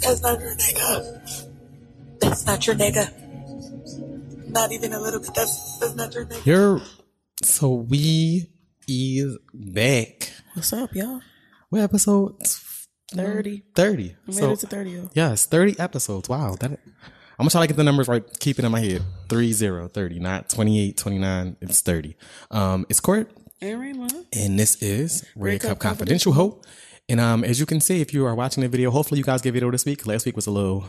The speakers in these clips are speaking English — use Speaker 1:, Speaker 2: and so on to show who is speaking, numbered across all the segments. Speaker 1: That's not your nigga. That's not your nigga. Not even a little bit. That's that's not your nigga.
Speaker 2: You're so we is back.
Speaker 1: What's up, y'all?
Speaker 2: We're episode
Speaker 1: Thirty.
Speaker 2: thirty.
Speaker 1: We made
Speaker 2: So
Speaker 1: it to thirty. Y'all.
Speaker 2: yes, thirty episodes. Wow, that I'm gonna try to get the numbers right. Keep it in my head. 30, 30, not 28, 29. It's thirty. Um, it's Court,
Speaker 1: And Raymond.
Speaker 2: and this is Red
Speaker 1: Cup
Speaker 2: Cup Confidential Hope. And um, as you can see, if you are watching the video, hopefully you guys get video this week. Last week was a little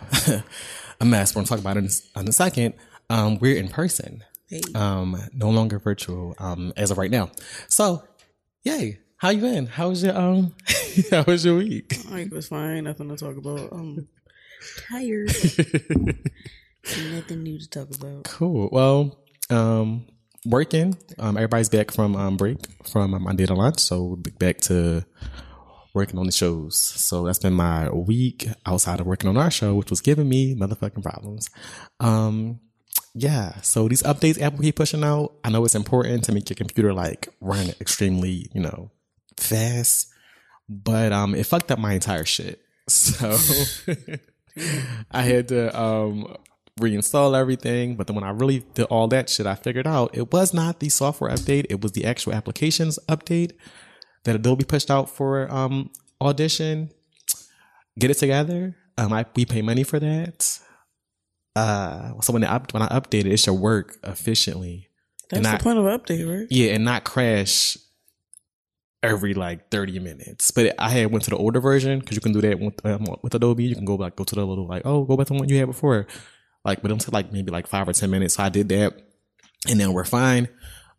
Speaker 2: a mess. We're gonna talk about it in, in a second. Um, we're in person.
Speaker 1: Hey.
Speaker 2: um no longer virtual um as of right now so yay how you been how was your um how was your week
Speaker 1: My week was fine. Nothing to talk about. Um, tired. Nothing new to talk about.
Speaker 2: cool well um working um everybody's back from um break from um, i did a lunch so we're back to working on the shows so that's been my week outside of working on our show which was giving me motherfucking problems um yeah so these updates apple keep pushing out i know it's important to make your computer like run extremely you know fast but um it fucked up my entire shit so i had to um reinstall everything but then when i really did all that shit i figured out it was not the software update it was the actual applications update that adobe pushed out for um audition get it together um I, we pay money for that uh so when i up when i update it it should work efficiently
Speaker 1: That's
Speaker 2: And I-
Speaker 1: the point of update, right?
Speaker 2: yeah, and not crash every like 30 minutes. But I had went to the older version because you can do that with, um, with Adobe. You can go like go to the little like oh go back to the one you had before, like but it'll take like maybe like five or ten minutes. So I did that, and then we're fine.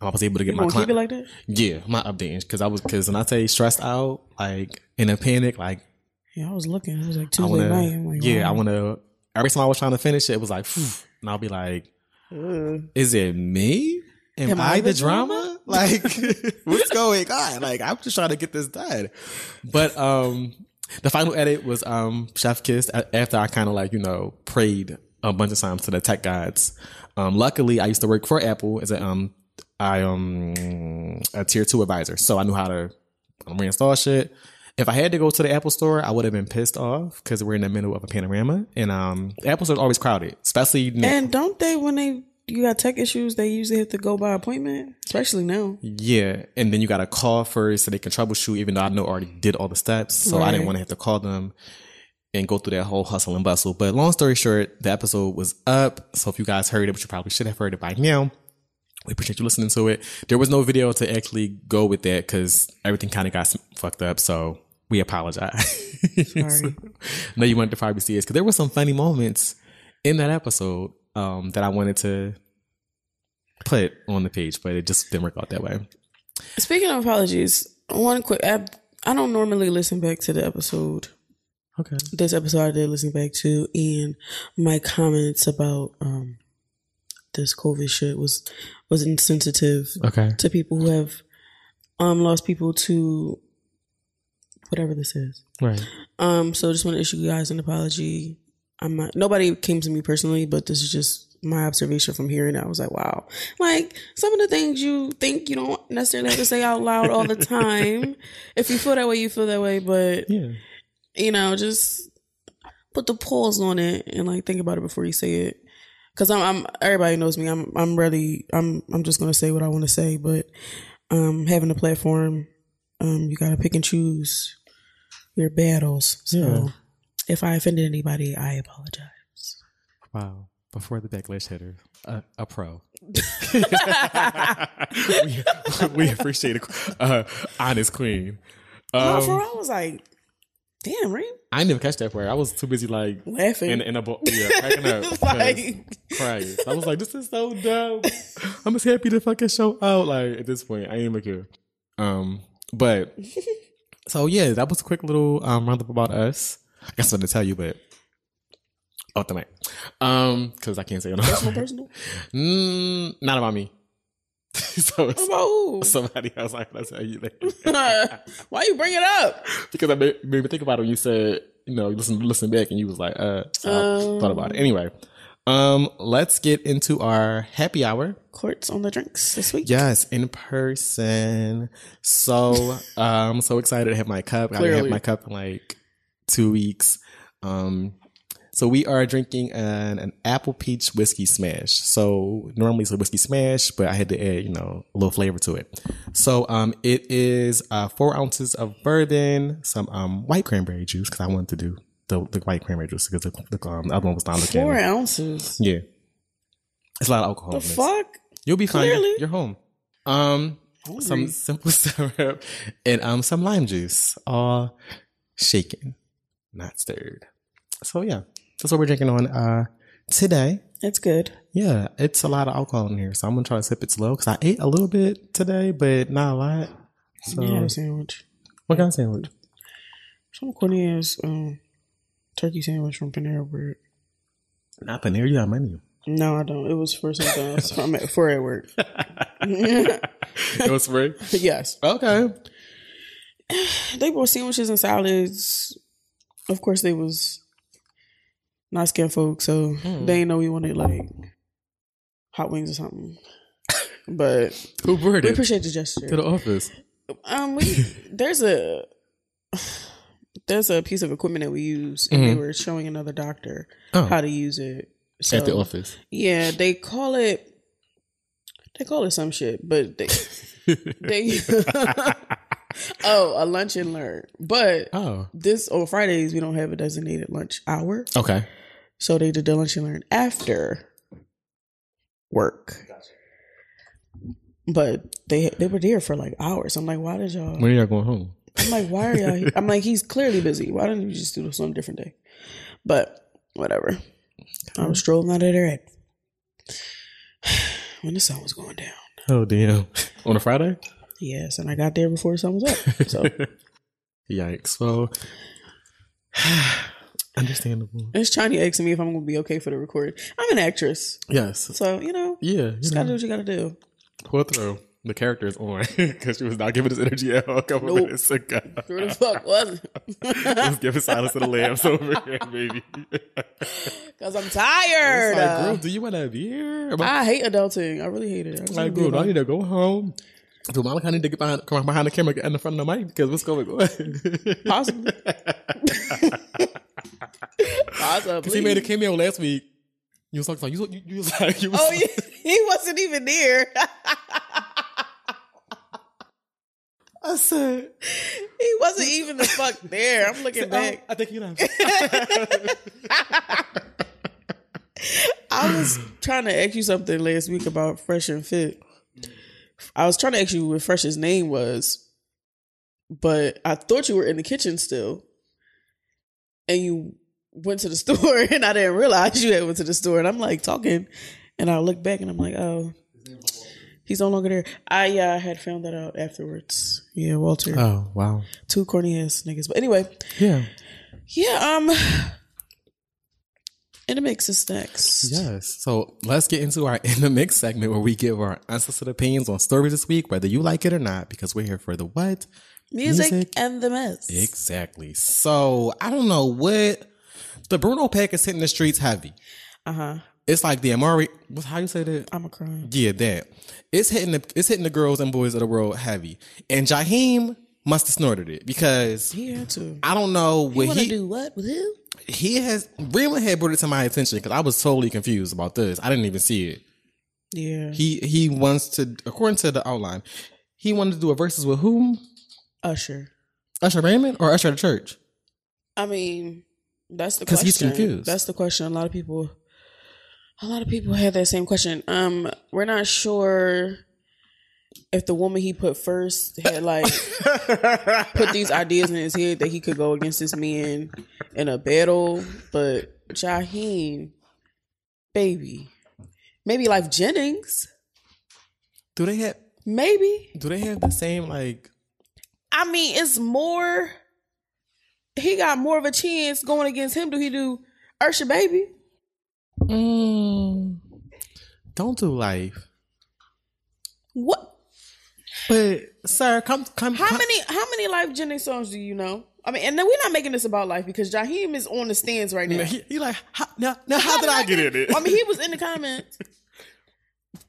Speaker 2: I was able to get
Speaker 1: You
Speaker 2: my
Speaker 1: gonna keep
Speaker 2: client.
Speaker 1: it like that?
Speaker 2: yeah, my updating because I was because when I say stressed out, like in a panic, like
Speaker 1: Yeah, I was looking. It was like
Speaker 2: I
Speaker 1: Tuesday
Speaker 2: wanna
Speaker 1: night. I'm like,
Speaker 2: yeah, I
Speaker 1: wow.
Speaker 2: wanna. Every time I was trying to finish it, it was like, phew, and I'll be like,
Speaker 1: Ugh.
Speaker 2: is it me? Am, I, the drama? Like, what's going on? Like, I'm just trying to get this done. But um the final edit was um Chef Kiss a- after I kind of like, you know, prayed a bunch of times to the tech gods. Um luckily I used to work for Apple as a um I um a tier two advisor. So I knew how to um, reinstall shit. If I had to go to the Apple store, I would have been pissed off because we're in the middle of a panorama and um Apple store's always crowded, especially now.
Speaker 1: And don't they when they you got tech issues, they usually have to go by appointment, especially now.
Speaker 2: Yeah, and then you got to call first so they can troubleshoot. Even though I know I already did all the steps, so I didn't
Speaker 1: Right.
Speaker 2: want to have to call them and go through that whole hustle and bustle. But long story short, the episode was up. So if you guys heard it, which you probably should have heard it by now, we appreciate you listening to it. There was no video to actually go with that because everything kind of got s- fucked up. So we apologize.
Speaker 1: Sorry.
Speaker 2: no, you wanted to probably see us because there were some funny moments in that episode um, that I wanted to put on the page, but it just didn't work out that way.
Speaker 1: Speaking of apologies, one quick I, I don't normally listen back to the episode.
Speaker 2: Okay.
Speaker 1: This episode I did listen back to and my comments about um this COVID shit was was insensitive
Speaker 2: Okay.
Speaker 1: to people who have um lost people to whatever this is.
Speaker 2: Right.
Speaker 1: Um, so just want to issue you guys an apology. I'm not. Nobody came to me personally, but this is just my observation from hearing. it. I was like, wow, like some of the things you think you don't necessarily have to say out loud all the time. if you feel that way, you feel that way. But
Speaker 2: Yeah.
Speaker 1: you know, just put the pause on it and like think about it before you say it. Cause I'm, I'm everybody knows me. I'm I'm really I'm I'm just gonna say what I want to say. But um, having a platform, um, you gotta pick and choose your battles. So
Speaker 2: Yeah.
Speaker 1: if I offended anybody, I apologize.
Speaker 2: Wow. Before the backlash hitter, a, a pro. we, we appreciate a uh, honest queen.
Speaker 1: no,
Speaker 2: Um,
Speaker 1: for real, I was like, damn, right?
Speaker 2: I didn't even catch that part. I was too busy like
Speaker 1: Laughing.
Speaker 2: in in a bo- uh, yeah, cracking up, just
Speaker 1: like,
Speaker 2: crying. I was like, this is so dumb. I'm just happy to fucking show out. Like at this point, I ain't even care. Um, but so yeah, that was a quick little um roundup about us. I got something to tell you, but off the mic. Um, because I can't say it. on-
Speaker 1: personal, personal.
Speaker 2: Mm, not about me. so
Speaker 1: What
Speaker 2: it's
Speaker 1: about who?
Speaker 2: somebody else. I gotta tell you later
Speaker 1: Why you bring it up?
Speaker 2: because I made, made me think about it when you said you know listen listen back and you was like uh so
Speaker 1: Um,
Speaker 2: I thought about it anyway. Um, let's get into our happy hour.
Speaker 1: Courts on the drinks this week.
Speaker 2: Yes, in person. So um, so excited to have my cup. I haven't had
Speaker 1: Clearly.
Speaker 2: my cup in like two weeks. Um, So we are drinking an, an apple peach whiskey smash. So normally it's a whiskey smash, but I had to add, you know, a little flavor to it. So um, it is uh, four ounces of bourbon, some um white cranberry juice because I wanted to do the, the white cranberry juice because the, the, um, the other one was not looking.
Speaker 1: Four ounces.
Speaker 2: Yeah, it's a lot of alcohol.
Speaker 1: The
Speaker 2: in this.
Speaker 1: fuck?
Speaker 2: You'll be fine.
Speaker 1: Clearly.
Speaker 2: You're, you're home. Um,
Speaker 1: Hungry.
Speaker 2: some simple syrup and um some lime juice, all shaken, not stirred. So yeah, that's what we're drinking on uh today.
Speaker 1: It's good.
Speaker 2: Yeah, it's a lot of alcohol in here, so I'm gonna try to sip it slow because I ate a little bit today, but not a lot. So
Speaker 1: yeah, sandwich.
Speaker 2: what kind of sandwich?
Speaker 1: Some corny ass um, turkey sandwich from Panera Bread.
Speaker 2: Not Panera, you got a menu.
Speaker 1: No, I don't. It was for something else. I'm at for at work.
Speaker 2: it was free.
Speaker 1: yes,
Speaker 2: Okay.
Speaker 1: they brought sandwiches and salads. Of course, they was not skin folk, so they didn't know we wanted like hot wings or something. But
Speaker 2: Who brought
Speaker 1: we
Speaker 2: it?
Speaker 1: appreciate the gesture.
Speaker 2: To the office.
Speaker 1: Um, we there's a there's a piece of equipment that we use, and they were showing another doctor
Speaker 2: Mm-hmm. Oh.
Speaker 1: how to use it. So,
Speaker 2: At the office.
Speaker 1: yeah, they call it they call it some shit, but they they oh a lunch and learn. But
Speaker 2: Oh.
Speaker 1: this on Fridays we don't have a designated lunch hour,
Speaker 2: Okay.
Speaker 1: so they did the lunch and learn after work. But they they were there for like hours. I'm like, why did y'all?
Speaker 2: When are y'all going home?
Speaker 1: I'm like, why are y'all? Here? I'm like, he's clearly busy. Why don't you just do this on a different day? But whatever. I was strolling out of there at when the sun was going down.
Speaker 2: Oh damn. On a Friday?
Speaker 1: Yes, and I got there before the sun was up. So
Speaker 2: Yikes. Well, understandable.
Speaker 1: it's Chani asking me if I'm gonna be okay for the recording. I'm an actress,
Speaker 2: Yes.
Speaker 1: so you know,
Speaker 2: Yeah. You
Speaker 1: just gotta do what you gotta do.
Speaker 2: pull through. The character is on because she was not giving us energy at all a couple
Speaker 1: Nope.
Speaker 2: minutes ago.
Speaker 1: Where the fuck was it?
Speaker 2: Just giving silence to the lambs over here, baby.
Speaker 1: Cause I'm
Speaker 2: It's
Speaker 1: tired.
Speaker 2: like, girl, do you want to be here? Am uh, I
Speaker 1: I hate adulting. I really hate it. I just wanna
Speaker 2: like,
Speaker 1: be
Speaker 2: girl, I
Speaker 1: alone.
Speaker 2: need to go home. Do mama kind of need to get behind, come behind the camera and in front of the mic because what's going on?
Speaker 1: Possibly. Possibly.
Speaker 2: Because he made a cameo last week. You was like, you, you, you was like, you was
Speaker 1: Oh, yeah. he wasn't even there.
Speaker 2: I said,
Speaker 1: he wasn't even the fuck there. I'm
Speaker 2: um,
Speaker 1: looking back.
Speaker 2: I think you know.
Speaker 1: I was trying to ask you something last week about Fresh and Fit. I was trying to ask you what Fresh's name was, but I thought you were in the kitchen still, and you went to the store, and I didn't realize you had went to the store. And I'm like talking, and I look back, and I'm like, oh, he's no longer there. I uh, had found that out afterwards. Yeah, Walter,
Speaker 2: Oh wow!
Speaker 1: two corny ass niggas. But anyway,
Speaker 2: Yeah.
Speaker 1: yeah, um, in the mix is next.
Speaker 2: Yes. So let's get into our in the mix segment where we give our unsolicited opinions on stories this week, whether you like it or not, because we're here for the what
Speaker 1: Music,
Speaker 2: Music.
Speaker 1: and the mess.
Speaker 2: exactly. So I don't know what the Bruno pack is hitting the streets heavy.
Speaker 1: Uh huh.
Speaker 2: It's like the Amari. What's how you say that?
Speaker 1: I'm a crime.
Speaker 2: Yeah, that. It's hitting the it's hitting the girls and boys of the world heavy, and Jaheim must have snorted it because
Speaker 1: He had to.
Speaker 2: I don't know what
Speaker 1: wanna
Speaker 2: he
Speaker 1: do what with who?
Speaker 2: he has Breland had brought it to my attention because I was totally confused about this. I didn't even see it.
Speaker 1: Yeah.
Speaker 2: He he wants to, according to the outline, he wanted to do a verses with whom?
Speaker 1: Usher.
Speaker 2: Usher Raymond or Usher the Church?
Speaker 1: I mean, that's the
Speaker 2: 'Cause
Speaker 1: question.
Speaker 2: he's confused.
Speaker 1: That's the question. A lot of people. A lot of people had that same question. Um, we're not sure if the woman he put first had like put these ideas in his head that he could go against this man in a battle, but Jaheim, baby, maybe like Jennings,
Speaker 2: Do they have
Speaker 1: maybe.
Speaker 2: do they have the same like?
Speaker 1: I mean, it's more. He got more of a chance going against him. Do he do Ursha Baby?
Speaker 2: Mm, don't do life,
Speaker 1: What?
Speaker 2: but sir, come come.
Speaker 1: How
Speaker 2: come-
Speaker 1: many? How many Life Jennings songs do you know? I mean, and then we're not making this about life because Jaheim is on the stands right now.
Speaker 2: He, he like how, now, now how, did I get in it?
Speaker 1: I mean, he was in the comments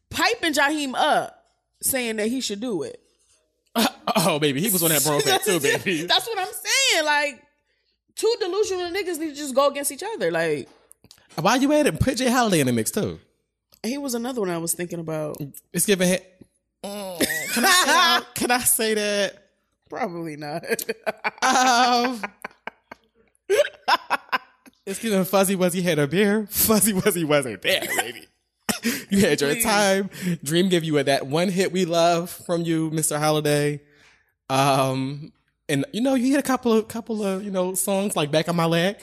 Speaker 1: piping Jaheim up, saying that he should do it.
Speaker 2: oh baby, he was on that Bruno pack too, baby.
Speaker 1: That's what I'm saying. Like two delusional niggas need to just go against each other. Like
Speaker 2: Why you at it? Put Jay Holiday in the mix too.
Speaker 1: he was another one I was thinking about.
Speaker 2: It's giving. He- Mm, can, I say that? can I say that?
Speaker 1: Probably not.
Speaker 2: Um, it's giving Fuzzy Wuzzy had a beer. Fuzzy Wuzzy wasn't there, baby. You had your
Speaker 1: Please.
Speaker 2: time. Dream gave you that one hit we love from you, Mr. Holiday. Um, and you know you had a couple of couple of you know songs like "Back on My Leg"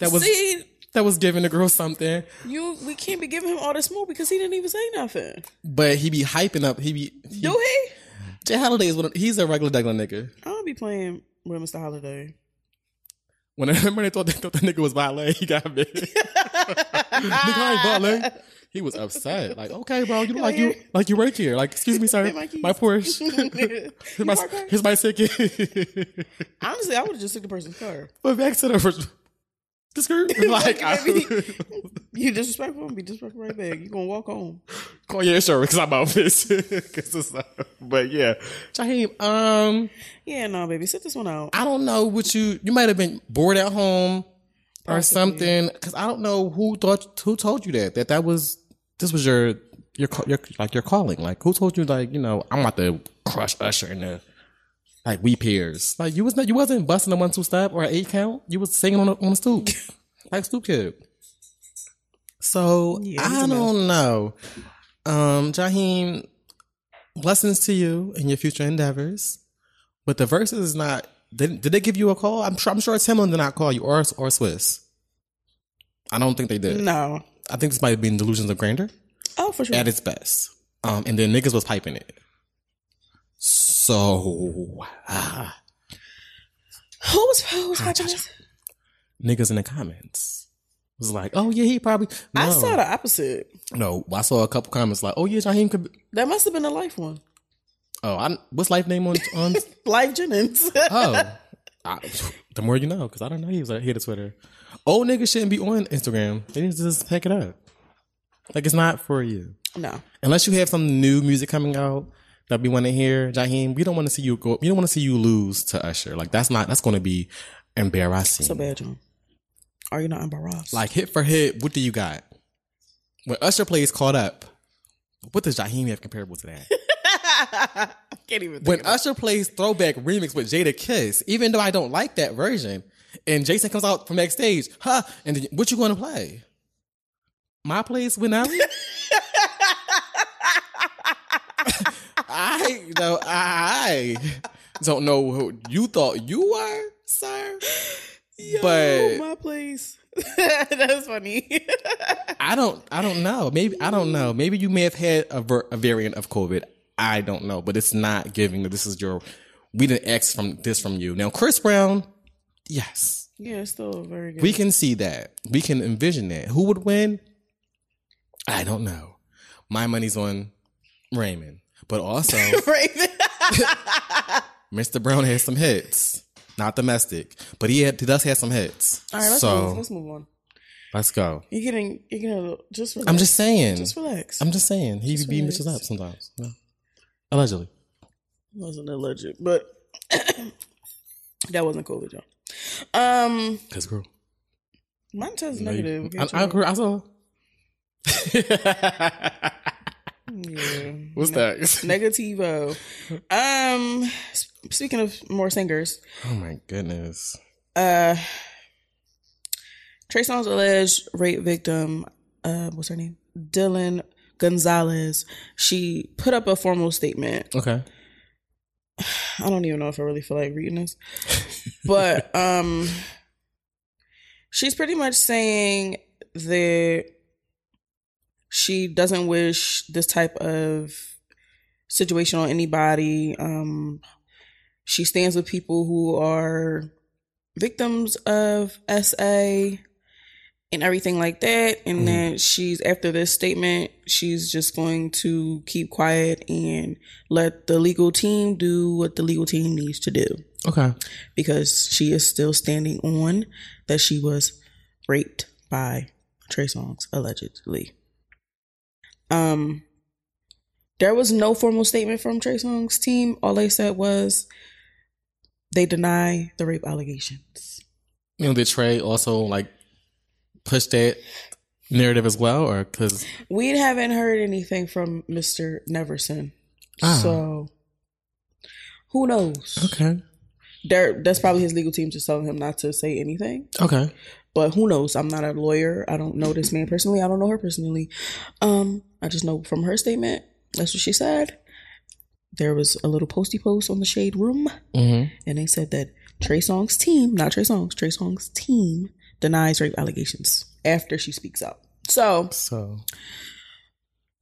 Speaker 2: that was
Speaker 1: See,
Speaker 2: that was giving the girl something.
Speaker 1: you we can't be giving him all this more because he didn't even say nothing.
Speaker 2: But he be hyping up. He be
Speaker 1: Do he?
Speaker 2: Jay Holiday is one. Of, he's a regular Douglas nigga.
Speaker 1: I don't be playing with Mr. Holiday.
Speaker 2: When I remember they thought they thought the nigga was Valet, he got mad. nigga I ain't Valet. He was upset. Like, okay, bro, you look like you like you work here. Like, excuse me, sir.
Speaker 1: my keys.
Speaker 2: my Porsche.
Speaker 1: You
Speaker 2: here's, my,
Speaker 1: work here?
Speaker 2: here's my ticket.
Speaker 1: Honestly, I would have just took the person's car.
Speaker 2: but back to the first the skirt. Like, I,
Speaker 1: Baby. You disrespectful, be disrespectful right back. You gonna walk home.
Speaker 2: call your insurance because I'm out of this. 'Cause it's not- but yeah, Jaheim. Um,
Speaker 1: Yeah, no, baby, sit this one out.
Speaker 2: I don't know what you you might have been bored at home or something because I don't know who thought who told you that that that was this was your your ca- your like your calling like who told you like you know I'm about to crush Usher in the like we peers like you was not you wasn't busting a one two step or an eight count you was singing on the, on the stoop like stoop kid so
Speaker 1: Yeah, he's
Speaker 2: I
Speaker 1: a mess.
Speaker 2: don't know um Jaheim blessings to you in your future endeavors. But the verses is not. Did, did they give you a call? I'm sure. I'm sure Timlin did not call you or or Swiss. I don't think they did.
Speaker 1: No.
Speaker 2: I think this might have been delusions of grandeur
Speaker 1: Oh, for sure.
Speaker 2: at its best. Um, and then niggas was piping it. So ah,
Speaker 1: who was who was watching this?
Speaker 2: niggas in the comments was like, "Oh yeah, he probably." No,
Speaker 1: I saw the opposite.
Speaker 2: no. I saw a couple comments like, "Oh yeah, Jaheim could." Be,
Speaker 1: That must have been a life one.
Speaker 2: oh, I, what's life name on on
Speaker 1: Life Jennings.
Speaker 2: Oh, I, the more you know, because I don't know he was like hit a Twitter. Old niggas shouldn't be on Instagram. They need to just pack it up. Like it's not for you,
Speaker 1: no.
Speaker 2: unless you have some new music coming out that we want to hear. Jaheim, we don't want to see you go. We don't want to see you lose to Usher. Like that's not. That's going to be embarrassing.
Speaker 1: It's a bad one. Are you not embarrassed?
Speaker 2: Mm. like hit for hit, what do you got? When Usher plays caught up, what does Jaheim have comparable to that?
Speaker 1: I can't even think
Speaker 2: when
Speaker 1: of
Speaker 2: Usher plays throwback remix with Jada Kiss, even though I don't like that version, and Jason comes out from backstage, huh? And then, what you going to play? My place with Nelly? I no, I don't know who you thought you were, sir.
Speaker 1: Yo,
Speaker 2: but-
Speaker 1: my place. That's funny.
Speaker 2: I don't. I don't know. Maybe I don't know. Maybe you may have had a, ver- a variant of COVID. I don't know, but it's not giving that this is your. We didn't X from this from you. Now, Chris Brown, yes,
Speaker 1: yeah, it's still very good.
Speaker 2: we can see that. We can envision that. Who would win? I don't know. My money's on Raymond, but also
Speaker 1: Raven.
Speaker 2: Mr. Brown has some hits. Not domestic, but he, had, he does have some hits.
Speaker 1: All right, let's, move,
Speaker 2: so
Speaker 1: let's move on.
Speaker 2: let's go.
Speaker 1: You're getting, you're getting a little, just relax.
Speaker 2: I'm just saying.
Speaker 1: just relax.
Speaker 2: I'm just saying. He be beating bitches
Speaker 1: relax.
Speaker 2: up sometimes. Yeah. Allegedly.
Speaker 1: wasn't alleged, but that wasn't COVID, y'all. Um,
Speaker 2: That's girl.
Speaker 1: mine says negative.
Speaker 2: I,
Speaker 1: can't
Speaker 2: I
Speaker 1: you?
Speaker 2: agree. I saw.
Speaker 1: Yeah.
Speaker 2: What's that?
Speaker 1: Negativo. Um, s- speaking of more singers,
Speaker 2: Oh my goodness.
Speaker 1: uh, Trey Songz alleged rape victim. Uh, what's her name? Dylan Gonzalez. She put up a formal statement
Speaker 2: Okay.
Speaker 1: I don't even know if I really feel like reading this. But um she's pretty much saying that she doesn't wish this type of situation on anybody. Um she stands with people who are victims of SA and everything like that. And
Speaker 2: Mhm.
Speaker 1: then she's after this statement, she's just going to keep quiet and let the legal team do what the legal team needs to do
Speaker 2: Okay.
Speaker 1: because she is still standing on that she was raped by Trey Songz allegedly. Um, there was no formal statement from Trey Songz team. All they said was they deny the rape allegations.
Speaker 2: you know, did Trey also like push that narrative as well, or because
Speaker 1: We haven't heard anything from Mr. Neverson.
Speaker 2: Ah.
Speaker 1: So who knows?
Speaker 2: okay,
Speaker 1: There that's probably his legal team just telling him not to say anything.
Speaker 2: okay,
Speaker 1: But who knows? I'm not a lawyer. I don't know this man personally. I don't know her personally. Um, I just know from her statement, that's what she said. There was a little posty post on the shade room,
Speaker 2: mm-hmm.
Speaker 1: and they said that Trey Song's team, not Trey Song's, Trey Song's team denies rape allegations after she speaks out. So,
Speaker 2: so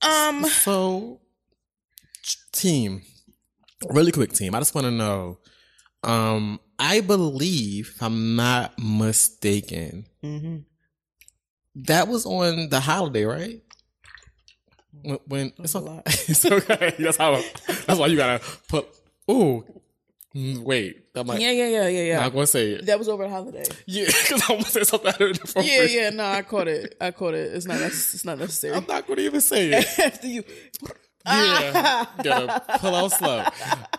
Speaker 1: um,
Speaker 2: So, t- team, really quick, team. I just want to know. Um, I believe, if I'm not mistaken,
Speaker 1: mhm.
Speaker 2: that was on the holiday, right? When, when
Speaker 1: That's
Speaker 2: it's,
Speaker 1: a
Speaker 2: o-
Speaker 1: lot.
Speaker 2: it's okay. That's how. That's why you gotta put. Ooh, mm, wait. I'm like,
Speaker 1: yeah, yeah, yeah, yeah, yeah.
Speaker 2: I'm gonna say it.
Speaker 1: that was over the holiday.
Speaker 2: Yeah, because I want to say something out of the
Speaker 1: Yeah, yeah. No, I caught it. I caught it. It's not. nec- It's not necessary.
Speaker 2: I'm not gonna even say it.
Speaker 1: After you,
Speaker 2: Yeah, gotta pull out slow.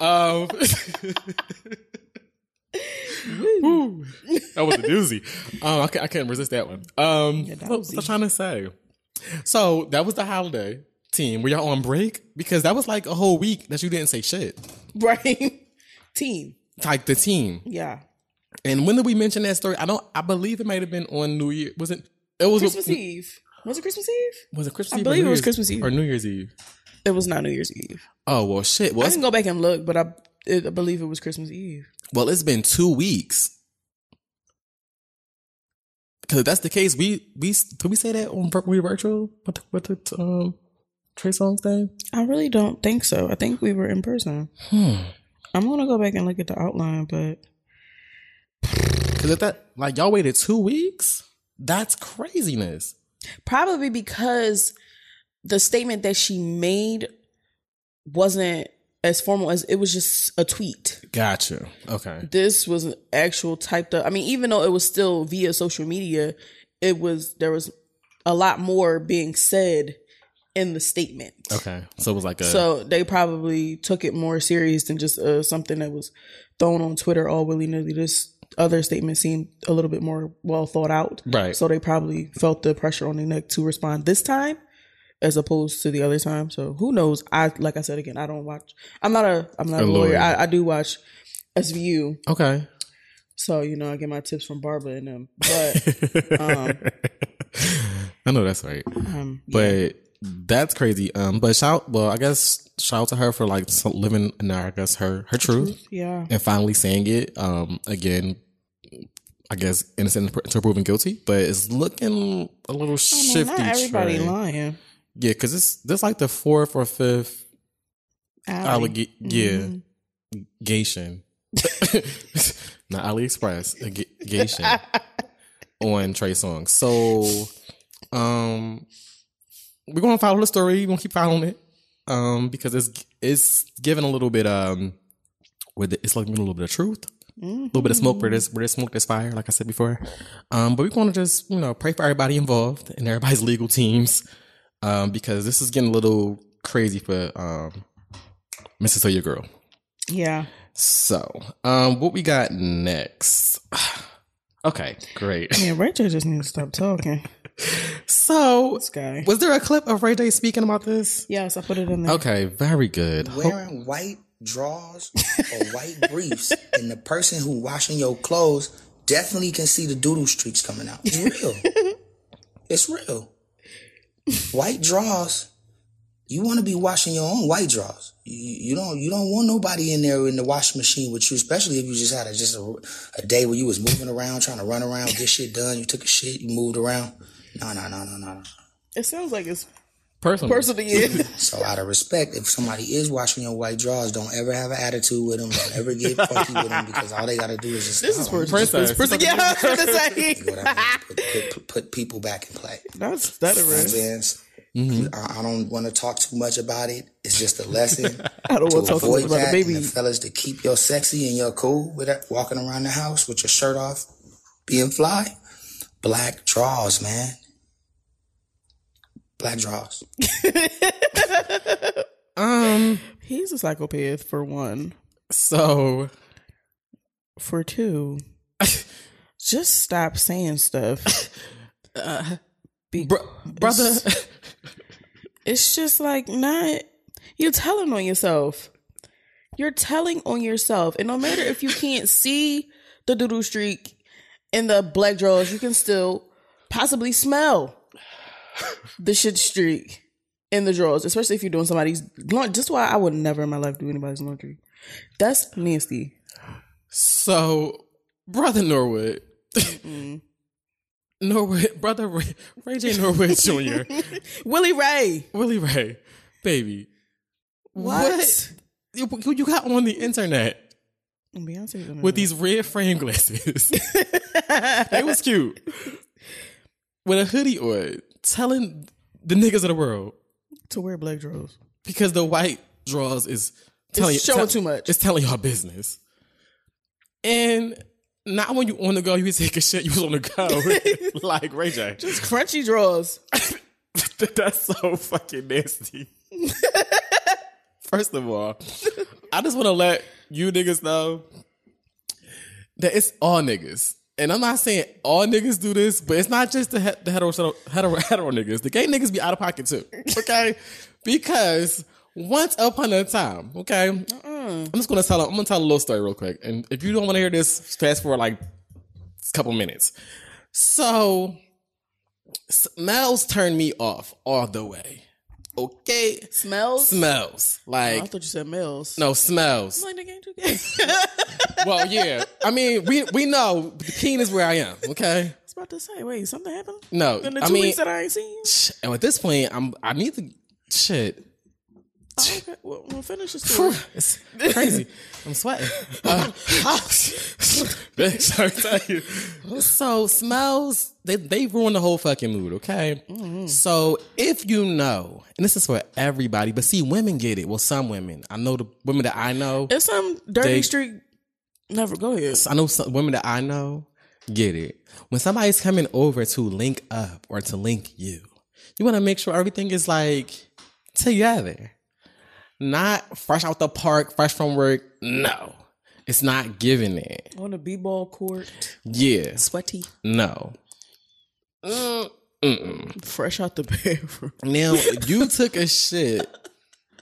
Speaker 2: Um, whew, that was a doozy. Um, I, ca- I couldn't resist that one. Um,
Speaker 1: Yeah, that
Speaker 2: what
Speaker 1: was
Speaker 2: was I trying to say? So that was the holiday team. Were y'all on break? Because that was like a whole week that you didn't say shit.
Speaker 1: right? Team.
Speaker 2: Like the team.
Speaker 1: Yeah.
Speaker 2: And when did we mention that story? I don't. I believe it might have been on New Year. Was it? It was
Speaker 1: Christmas Eve. Was it Christmas Eve?
Speaker 2: Was it Christmas?
Speaker 1: I
Speaker 2: Eve or
Speaker 1: believe
Speaker 2: New
Speaker 1: it was
Speaker 2: Year's-
Speaker 1: Christmas Eve.
Speaker 2: or New Year's Eve.
Speaker 1: It was not New Year's Eve.
Speaker 2: Oh well, shit. Well,
Speaker 1: I
Speaker 2: it's-
Speaker 1: can go back and look, but I, it, I believe it was Christmas Eve.
Speaker 2: Well, it's been two weeks. Because if that's the case, we we did we say that on vir- we virtual with the, with the um, Trey Songz thing?
Speaker 1: I really don't think so. I think we were in person.
Speaker 2: Hmm.
Speaker 1: I'm gonna go back and look at the outline, but
Speaker 2: Because if that like y'all waited two weeks, that's craziness.
Speaker 1: probably because the statement that she made wasn't as formal as it was just a tweet.
Speaker 2: Gotcha. Okay.
Speaker 1: This was an actual typed up. I mean, even though it was still via social media, it was there was a lot more being said in the statement.
Speaker 2: Okay. So it was like a
Speaker 1: So they probably took it more serious than just uh, something that was thrown on Twitter all willy nilly. This other statement seemed a little bit more well thought out.
Speaker 2: right.
Speaker 1: So they probably felt the pressure on their neck to respond this time as opposed to the other time. So who knows? I like I said again, I don't watch I'm not a I'm not a,
Speaker 2: A
Speaker 1: lawyer.
Speaker 2: lawyer.
Speaker 1: I, I do watch SVU.
Speaker 2: okay.
Speaker 1: So, you know, I get my tips from Barbara and them. But um,
Speaker 2: I know that's right.
Speaker 1: um
Speaker 2: But that's crazy. Um, but shout well, I guess shout out to her for like so- living in I guess her her truth
Speaker 1: yeah.
Speaker 2: and finally saying it. Um, again, I guess innocent until proven guilty, but it's looking a
Speaker 1: I
Speaker 2: little
Speaker 1: mean,
Speaker 2: shifty.
Speaker 1: not everybody
Speaker 2: Trey.
Speaker 1: lying.
Speaker 2: Yeah, because it's this like the fourth or fifth
Speaker 1: Allie. Mhm.
Speaker 2: allegation. Yeah, gation. Not AliExpress, a ga- gation on Trey Songz. So, um, we're gonna follow the story. We're gonna keep following it, um, because it's it's giving a little bit um, with it's like a little bit of truth. A little bit of smoke
Speaker 1: Mm.
Speaker 2: where there's, where there's smoke, there's fire, like I said before. Um, but we want to just, you know, pray for everybody involved and everybody's legal teams um, because this is getting a little crazy for um, Mrs. So Your Girl.
Speaker 1: Mm-hmm. Yeah.
Speaker 2: So, um, what we got next? okay, great.
Speaker 1: Yeah, Rachel just needs to stop talking.
Speaker 2: So,
Speaker 1: This guy.
Speaker 2: was there a clip of Ray J speaking about this?
Speaker 1: Yes, I put it in there.
Speaker 2: Okay, very good. Hope-
Speaker 3: wearing white drawers or white briefs, and the person who washing your clothes definitely can see the doodle streaks coming out. It's real. it's real. White drawers. You want to be washing your own white drawers. You, you don't. You don't want nobody in there in the washing machine with you, especially if you just had a, just a, a day where you was moving around, trying to run around, get shit done. You took a shit, you moved around. No, no, no, no, no, no.
Speaker 1: It sounds like it's
Speaker 2: personally,
Speaker 1: personal. Yeah.
Speaker 3: So out of respect, if somebody is washing your white drawers, don't ever have an attitude with them. Don't ever get funky with them because all they got to do is just
Speaker 1: this is for
Speaker 3: oh,
Speaker 2: Princess.
Speaker 1: Person, yeah, I was gonna say.
Speaker 3: whatever. Put, put, put people back in play.
Speaker 1: That's that
Speaker 3: You know what I'm saying? So, I, I don't want to talk too much about it. It's just a lesson.
Speaker 1: I don't want to talk too much
Speaker 3: avoid
Speaker 1: about the
Speaker 3: that,
Speaker 1: baby.
Speaker 3: and the fellas to keep your sexy and your cool with that, walking around the house with your shirt off, being fly. Black draws, man. Black draws.
Speaker 2: um,
Speaker 1: He's a psychopath for one.
Speaker 2: so
Speaker 1: For two, just stop saying stuff.
Speaker 2: Bro- brother.
Speaker 1: It's just like not you're telling on yourself. You're telling on yourself. And no matter if you can't see the doodle streak in the black drawers, you can still possibly smell the shit streak in the drawers, especially if you're doing somebody's laundry. Just why I would never in my life do anybody's laundry. That's nasty.
Speaker 2: so, brother Norwood. Norwood, brother Ray, Ray J. Norwood Jr.,
Speaker 1: Willie Ray.
Speaker 2: Willie Ray, baby. What? You, you got on the internet.
Speaker 1: Beyonce's in
Speaker 2: with these red frame glasses. they was cute. With a hoodie on, telling the niggas of the world
Speaker 1: to wear black drawers.
Speaker 2: because the white draws is telling
Speaker 1: It's showing too much.
Speaker 2: It's telling y'all business. And not when you on the go, you take a shit. You was on the go, like Ray J.
Speaker 1: It's crunchy drawers.
Speaker 2: That's so fucking nasty. First of all, I just want to let you niggas know that it's all niggas. And I'm not saying all niggas do this, but it's not just the, he- the hetero, hetero, hetero niggas. The gay niggas be out of pocket too, okay? because once upon a time, okay, I'm just gonna tell. I'm gonna tell a little story real quick. And if you don't want to hear this, fast forward like a couple minutes. So smells turn me off all the way. Okay,
Speaker 1: Smells.
Speaker 2: smells
Speaker 1: I
Speaker 2: like
Speaker 1: thought you said males.
Speaker 2: no smells.
Speaker 1: Like, nigga, ain't you gay?
Speaker 2: well, yeah. I mean, we we know the keen is where I am. Okay,
Speaker 1: I was about to say, wait, something happened
Speaker 2: no.
Speaker 1: in the
Speaker 2: I
Speaker 1: two
Speaker 2: mean,
Speaker 1: weeks that I ain't seen you?
Speaker 2: sh- and at this point, I'm I need to shit.
Speaker 1: Oh, okay. Well, we'll finish the story.
Speaker 2: It's crazy. I'm sweating. Uh, bitch, I tell you. So smells, they they ruin the whole fucking mood, okay? So if you know, and this is for everybody, but see, women get it. Well, some women. I know the women that I know.
Speaker 1: It's some dirty
Speaker 2: They-
Speaker 1: street. Never go ahead.
Speaker 2: I know some women that I know get it. When somebody's coming over to link up or to link you, you want to make sure everything is like together. Not fresh out the park, fresh from work. No. It's not giving it.
Speaker 1: On a b-ball court,
Speaker 2: Yeah.
Speaker 1: sweaty,
Speaker 2: No.
Speaker 1: fresh out the bathroom.
Speaker 2: Now you took a shit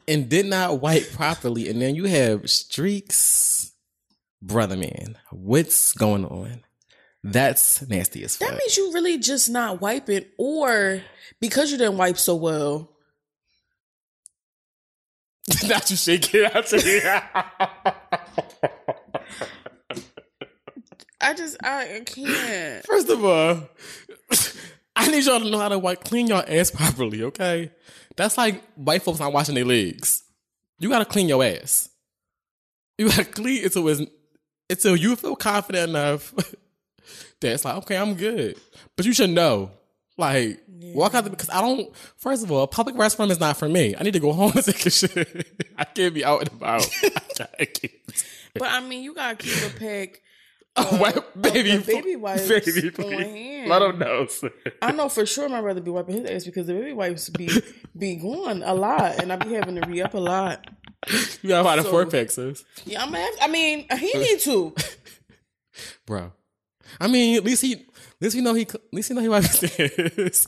Speaker 2: and did not wipe properly, and then you have streaks. Brother man, what's going on? That's nasty as fuck.
Speaker 1: That means you really just not wiping, or because you didn't wipe so well,
Speaker 2: Not you shake it out to
Speaker 1: I just I can't.
Speaker 2: First of all, I need y'all to know how to wipe, clean your ass properly, okay? That's like white folks not washing their legs. You gotta clean your ass. You gotta clean it so it's, until you feel confident enough that it's like, okay, I'm good. But you should know. Like, walk out the, because I don't, first of all, public restroom is not for me. I need to go home and take a shit. I can't be out and about. I can't.
Speaker 1: But I mean, you gotta keep a pack.
Speaker 2: Wipe- baby,
Speaker 1: Um, oh, the baby wipes
Speaker 2: baby,
Speaker 1: on
Speaker 2: please.
Speaker 1: hand.
Speaker 2: Let 'em know. sis.
Speaker 1: I know for sure my brother be wiping his ass because the baby wipes be be gone a lot, and I be having to re up a lot.
Speaker 2: You gotta find a four pack, sis.
Speaker 1: Yeah, I'm gonna have. I mean, he need to.
Speaker 2: bro. I mean, at least he, at least you know he, at least you know he wipes his ass.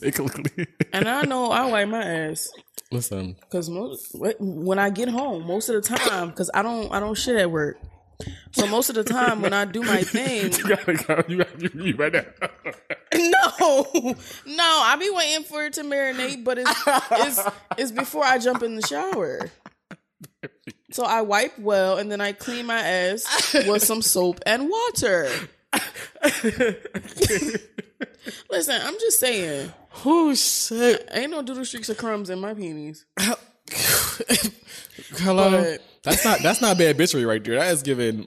Speaker 1: And I know I wipe my ass
Speaker 2: Listen,
Speaker 1: because most when I get home, most of the time, because I don't I don't shit at work. So most of the time when I do my thing,
Speaker 2: you gotta go. You gotta you, you right now.
Speaker 1: no, no, I be waiting for it to marinate, but it's it's it's before I jump in the shower. So I wipe well and then I clean my ass with some soap and water. Listen, I'm just saying,
Speaker 2: oh shit!
Speaker 1: ain't no doodle streaks of crumbs in my peonies.
Speaker 2: Hello.
Speaker 1: But-
Speaker 2: that's not that's not bad bitchery right there. That is giving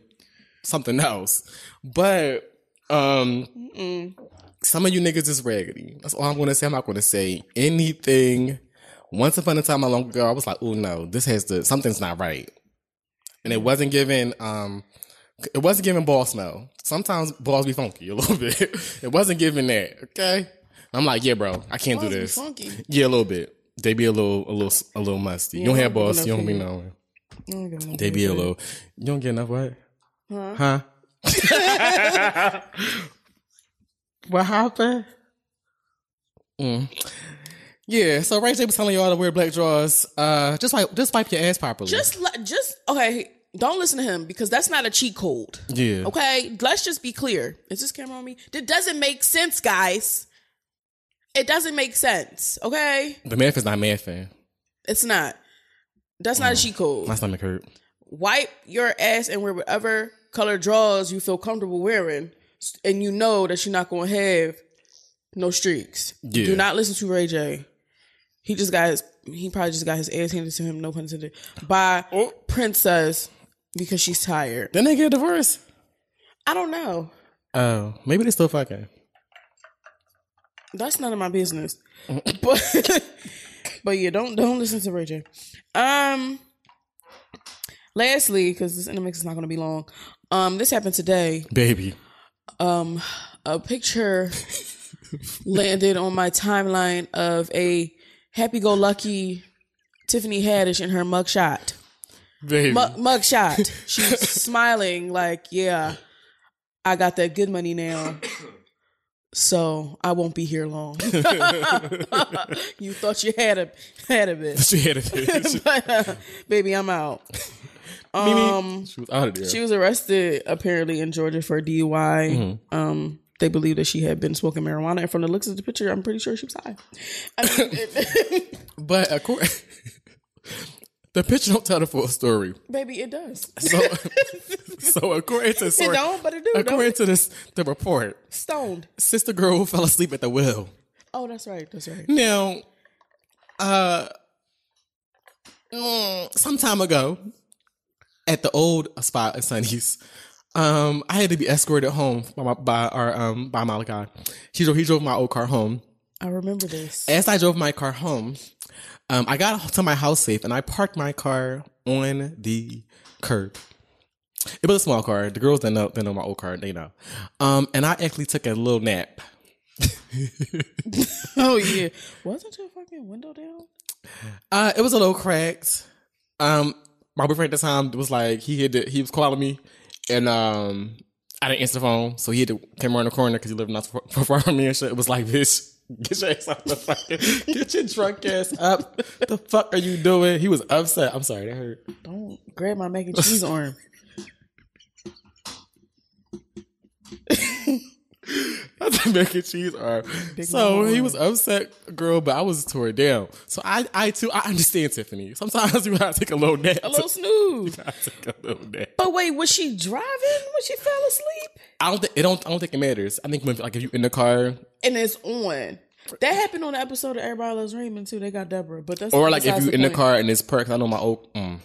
Speaker 2: something else. But um, some of you niggas is raggedy. That's all I'm gonna say. I'm not gonna say anything. Once upon a time, a long ago, I was like, "Oh no, this has to something's not right," and it wasn't giving. Um, it wasn't giving ball smell. Sometimes balls be funky a little bit. it wasn't giving that. Okay, I'm like, yeah, bro, I can't do this.
Speaker 1: Funky.
Speaker 2: Yeah, a little bit. They be a little, a little, a little musty. you don't have balls. You don't be knowing. They be a
Speaker 1: Mm-hmm.
Speaker 2: little. You don't get enough what? Huh?
Speaker 1: What happened?
Speaker 2: Mm. Yeah, so Ray J was telling y'all to wear black drawers. Uh, just like just wipe your ass properly.
Speaker 1: Just, li- just okay. Don't listen to him because that's not a cheat code.
Speaker 2: yeah.
Speaker 1: Okay, let's just be clear. Is this camera on me? It doesn't make sense, guys. It doesn't make sense. Okay,
Speaker 2: The math is not mathing.
Speaker 1: it's not. That's not a cheat code.
Speaker 2: Mm. My stomach hurt.
Speaker 1: Wipe your ass and wear whatever color drawers you feel comfortable wearing, s- and you know that you're not gonna have no streaks.
Speaker 2: Yeah.
Speaker 1: Do not listen to Ray J. He just got his. He probably just got his ass handed to him. No pun intended. By Princess because she's tired.
Speaker 2: Then they get a divorce.
Speaker 1: I don't know.
Speaker 2: Oh, maybe they still fucking.
Speaker 1: That's none of my business. but but yeah, don't don't listen to Ray J. Um lastly, because this intermix is not gonna be long. Um, this happened today.
Speaker 2: Baby.
Speaker 1: Um a picture landed on my timeline of a happy go lucky Tiffany Haddish in her mugshot.
Speaker 2: Baby.
Speaker 1: Mug mugshot. She's smiling like, yeah, I got that good money now. So I won't be here long. you thought you had a had a bit,
Speaker 2: she had a bitch.
Speaker 1: but uh, baby, I'm out.
Speaker 2: Mimi, she was out of there.
Speaker 1: Um, She was arrested apparently in Georgia for DUI.
Speaker 2: Mm-hmm.
Speaker 1: Um, they believe that she had been smoking marijuana, and from the looks of the picture, I'm pretty sure she was high. I mean,
Speaker 2: but according, the picture don't tell the full story.
Speaker 1: baby, it does.
Speaker 2: So, so according to
Speaker 1: It
Speaker 2: source,
Speaker 1: don't, but it do. don't
Speaker 2: according
Speaker 1: it?
Speaker 2: to this the report,
Speaker 1: Stoned.
Speaker 2: sister girl fell asleep at the wheel.
Speaker 1: Oh, that's right. That's right.
Speaker 2: Now, uh, mm, some time ago, at the old spot at Sunny's, um, I had to be escorted home by, my, by our um by Malachi. He drove he drove my old car home.
Speaker 1: I remember this.
Speaker 2: As I drove my car home, um, I got to my house safe and I parked my car on the curb. It was a small car. The girls that know they know my old car. They know. Um, and I actually took a little nap.
Speaker 1: Oh yeah. Wasn't your fucking window down?
Speaker 2: Uh, it was a little cracked. Um, my boyfriend at the time was like he had to, he was calling me, and um, I didn't answer the phone, so he had to come around the corner because he lived not far far from me and shit. It was like bitch, Get your ass out the fucking, get your drunk ass up. the fuck are you doing? He was upset. I'm sorry, that hurt.
Speaker 1: Don't grab my mac and cheese arm.
Speaker 2: That's a mac and cheese arm. so he was upset, girl, but I was tore down. So I, I too, I understand Tiffany. Sometimes you gotta take a little nap.
Speaker 1: A little snooze.
Speaker 2: I take a little nap.
Speaker 1: But wait, was she driving when she fell asleep?
Speaker 2: I don't, think it don't, I don't think it matters. I think when, like, if you in the car,
Speaker 1: And it's on. That happened on the episode of Everybody Loves Raymond too. They got Deborah, but that's
Speaker 2: or like if
Speaker 1: besides
Speaker 2: you in the
Speaker 1: point.
Speaker 2: car and it's perks. I know my old, mm,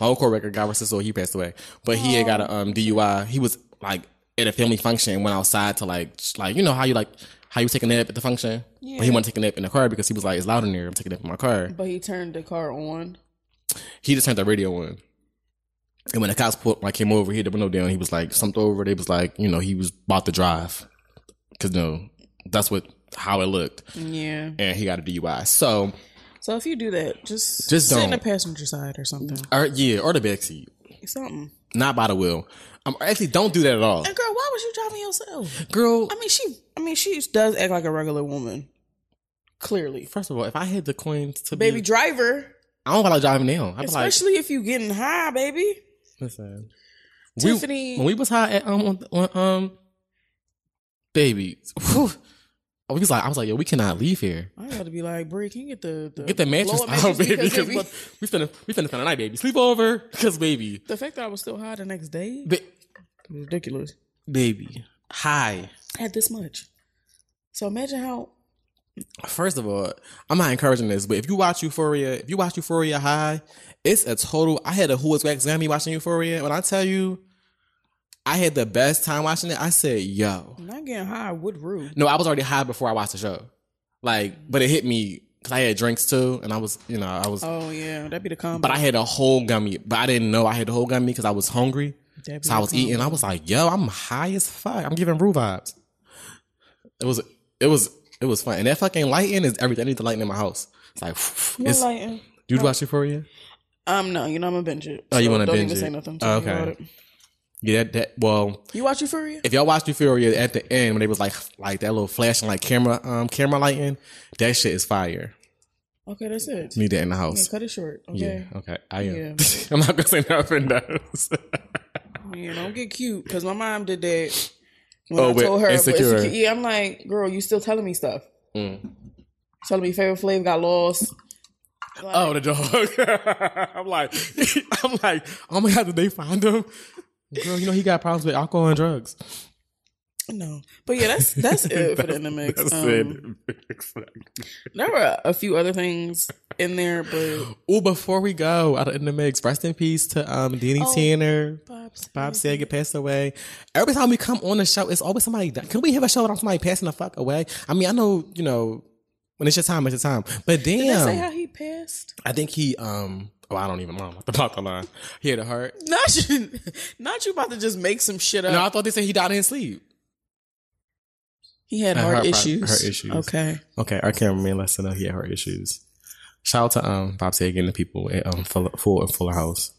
Speaker 2: my old coworker, God rest his soul, he passed away, but he had got a um DUI. He was like at a family function and went outside to like, sh- like you know how you like how you take a nap at the function, but he wanted to take a nap in the car because he was like, it's loud in there. I'm taking a nap in my car.
Speaker 1: But he turned the car on.
Speaker 2: he just turned the radio on. And when the cops pulled, like came over, he had the window down. He was like, something over. They was like, you know, he was about to drive, cause no, that's what how it looked.
Speaker 1: Yeah.
Speaker 2: And he got a DUI. So,
Speaker 1: So if you do that, just
Speaker 2: Just
Speaker 1: sit in the
Speaker 2: don't.
Speaker 1: passenger side or something.
Speaker 2: or er, yeah, or the backseat,
Speaker 1: Something.
Speaker 2: not by the wheel. Um, actually, don't do that at all,
Speaker 1: And girl, why was you driving yourself?
Speaker 2: girl.
Speaker 1: I mean, she. I mean, she does act like a regular woman. Clearly,
Speaker 2: First of all, if I had the coins to
Speaker 1: baby
Speaker 2: be,
Speaker 1: driver.
Speaker 2: I don't feel like driving now. I'm like,
Speaker 1: Especially if you getting high, baby.
Speaker 2: listen,
Speaker 1: Tiffany-
Speaker 2: We, when we was high at um on, on um, baby, whew, we was like, I was like, yo, we cannot leave here.
Speaker 1: I gotta be like, Brie, can you get the, the
Speaker 2: Get the mattress
Speaker 1: blow-up
Speaker 2: out, baby.
Speaker 1: because,
Speaker 2: Because we finna we finna spend the night, baby. Sleep over, cause baby,
Speaker 1: the fact that I was still high the next day
Speaker 2: ba-
Speaker 1: ridiculous.
Speaker 2: baby, hi.
Speaker 1: Had this much, so imagine how
Speaker 2: First of all, I'm not encouraging this, but if you watch Euphoria, if you watch Euphoria high, it's a total. I had a who was wax Grammy watching Euphoria. When I tell you, I had the best time watching it. I said, yo,
Speaker 1: not getting high would rule.
Speaker 2: no, I was already high before I watched the show. Like, but it hit me because I had drinks too, and I was, you know, I was.
Speaker 1: Oh yeah, that'd be the combo.
Speaker 2: But I had a whole gummy, but I didn't know I had the whole gummy because I was hungry.
Speaker 1: That'd be
Speaker 2: So I was eating. I was like, "Yo, I'm high as fuck. I'm giving Rue vibes." It was, it was, it was fun. And that fucking lighting is everything. I need the lighting in my house. It's like, it's,
Speaker 1: lighting.
Speaker 2: you watch Euphoria?
Speaker 1: Um, no, you know I'm a binge it.
Speaker 2: Oh, you
Speaker 1: so
Speaker 2: wanna
Speaker 1: don't
Speaker 2: binge
Speaker 1: even say
Speaker 2: it.
Speaker 1: nothing. To
Speaker 2: Oh,
Speaker 1: me
Speaker 2: okay.
Speaker 1: about it.
Speaker 2: Yeah, that, that well,
Speaker 1: You watch Euphoria?
Speaker 2: if y'all watched Euphoria at the end when they was like like that little flashing like camera um camera lighting, that shit is fire.
Speaker 1: Okay, that's it.
Speaker 2: Need that in the house.
Speaker 1: Cut it short.
Speaker 2: Yeah.
Speaker 1: Okay.
Speaker 2: Okay. I am. I'm not gonna say nothing else.
Speaker 1: Yeah, don't get cute because my mom did that when
Speaker 2: Oh,
Speaker 1: I
Speaker 2: with
Speaker 1: told her. but
Speaker 2: Insecure. Mm.
Speaker 1: Insecure- yeah, I'm like, girl, you still telling me stuff. Telling me favorite flavor got lost.
Speaker 2: Oh, the dog. I'm like, I'm like, oh my god, did they find him? Girl, you know he got problems with alcohol and drugs.
Speaker 1: No, but yeah, that's that's it for the NMX.
Speaker 2: That's
Speaker 1: Um,
Speaker 2: it.
Speaker 1: there were a few other things in there, but
Speaker 2: Oh, before we go out in the mix, rest in peace to um Danny
Speaker 1: Oh.
Speaker 2: Tanner. Bob, Saget
Speaker 1: Mm-hmm.
Speaker 2: passed away. Every time we come on the show, it's always somebody. di- Can we have a show without somebody passing the fuck away? I mean, I know you know when it's your time, it's your time. But
Speaker 1: they say
Speaker 2: damn,
Speaker 1: how he passed.
Speaker 2: I think he um. Oh, I don't even know about the line. He had a heart.
Speaker 1: Not you, not you about to just make some shit up.
Speaker 2: No, I thought they said he died in his sleep.
Speaker 1: he had
Speaker 2: Uh,
Speaker 1: heart,
Speaker 2: heart pro-
Speaker 1: issues.
Speaker 2: heart issues.
Speaker 1: Okay.
Speaker 2: Okay, our cameraman lets us know he had heart issues. Shout out to um Bob Saget and the people at um Full, Full and Fuller House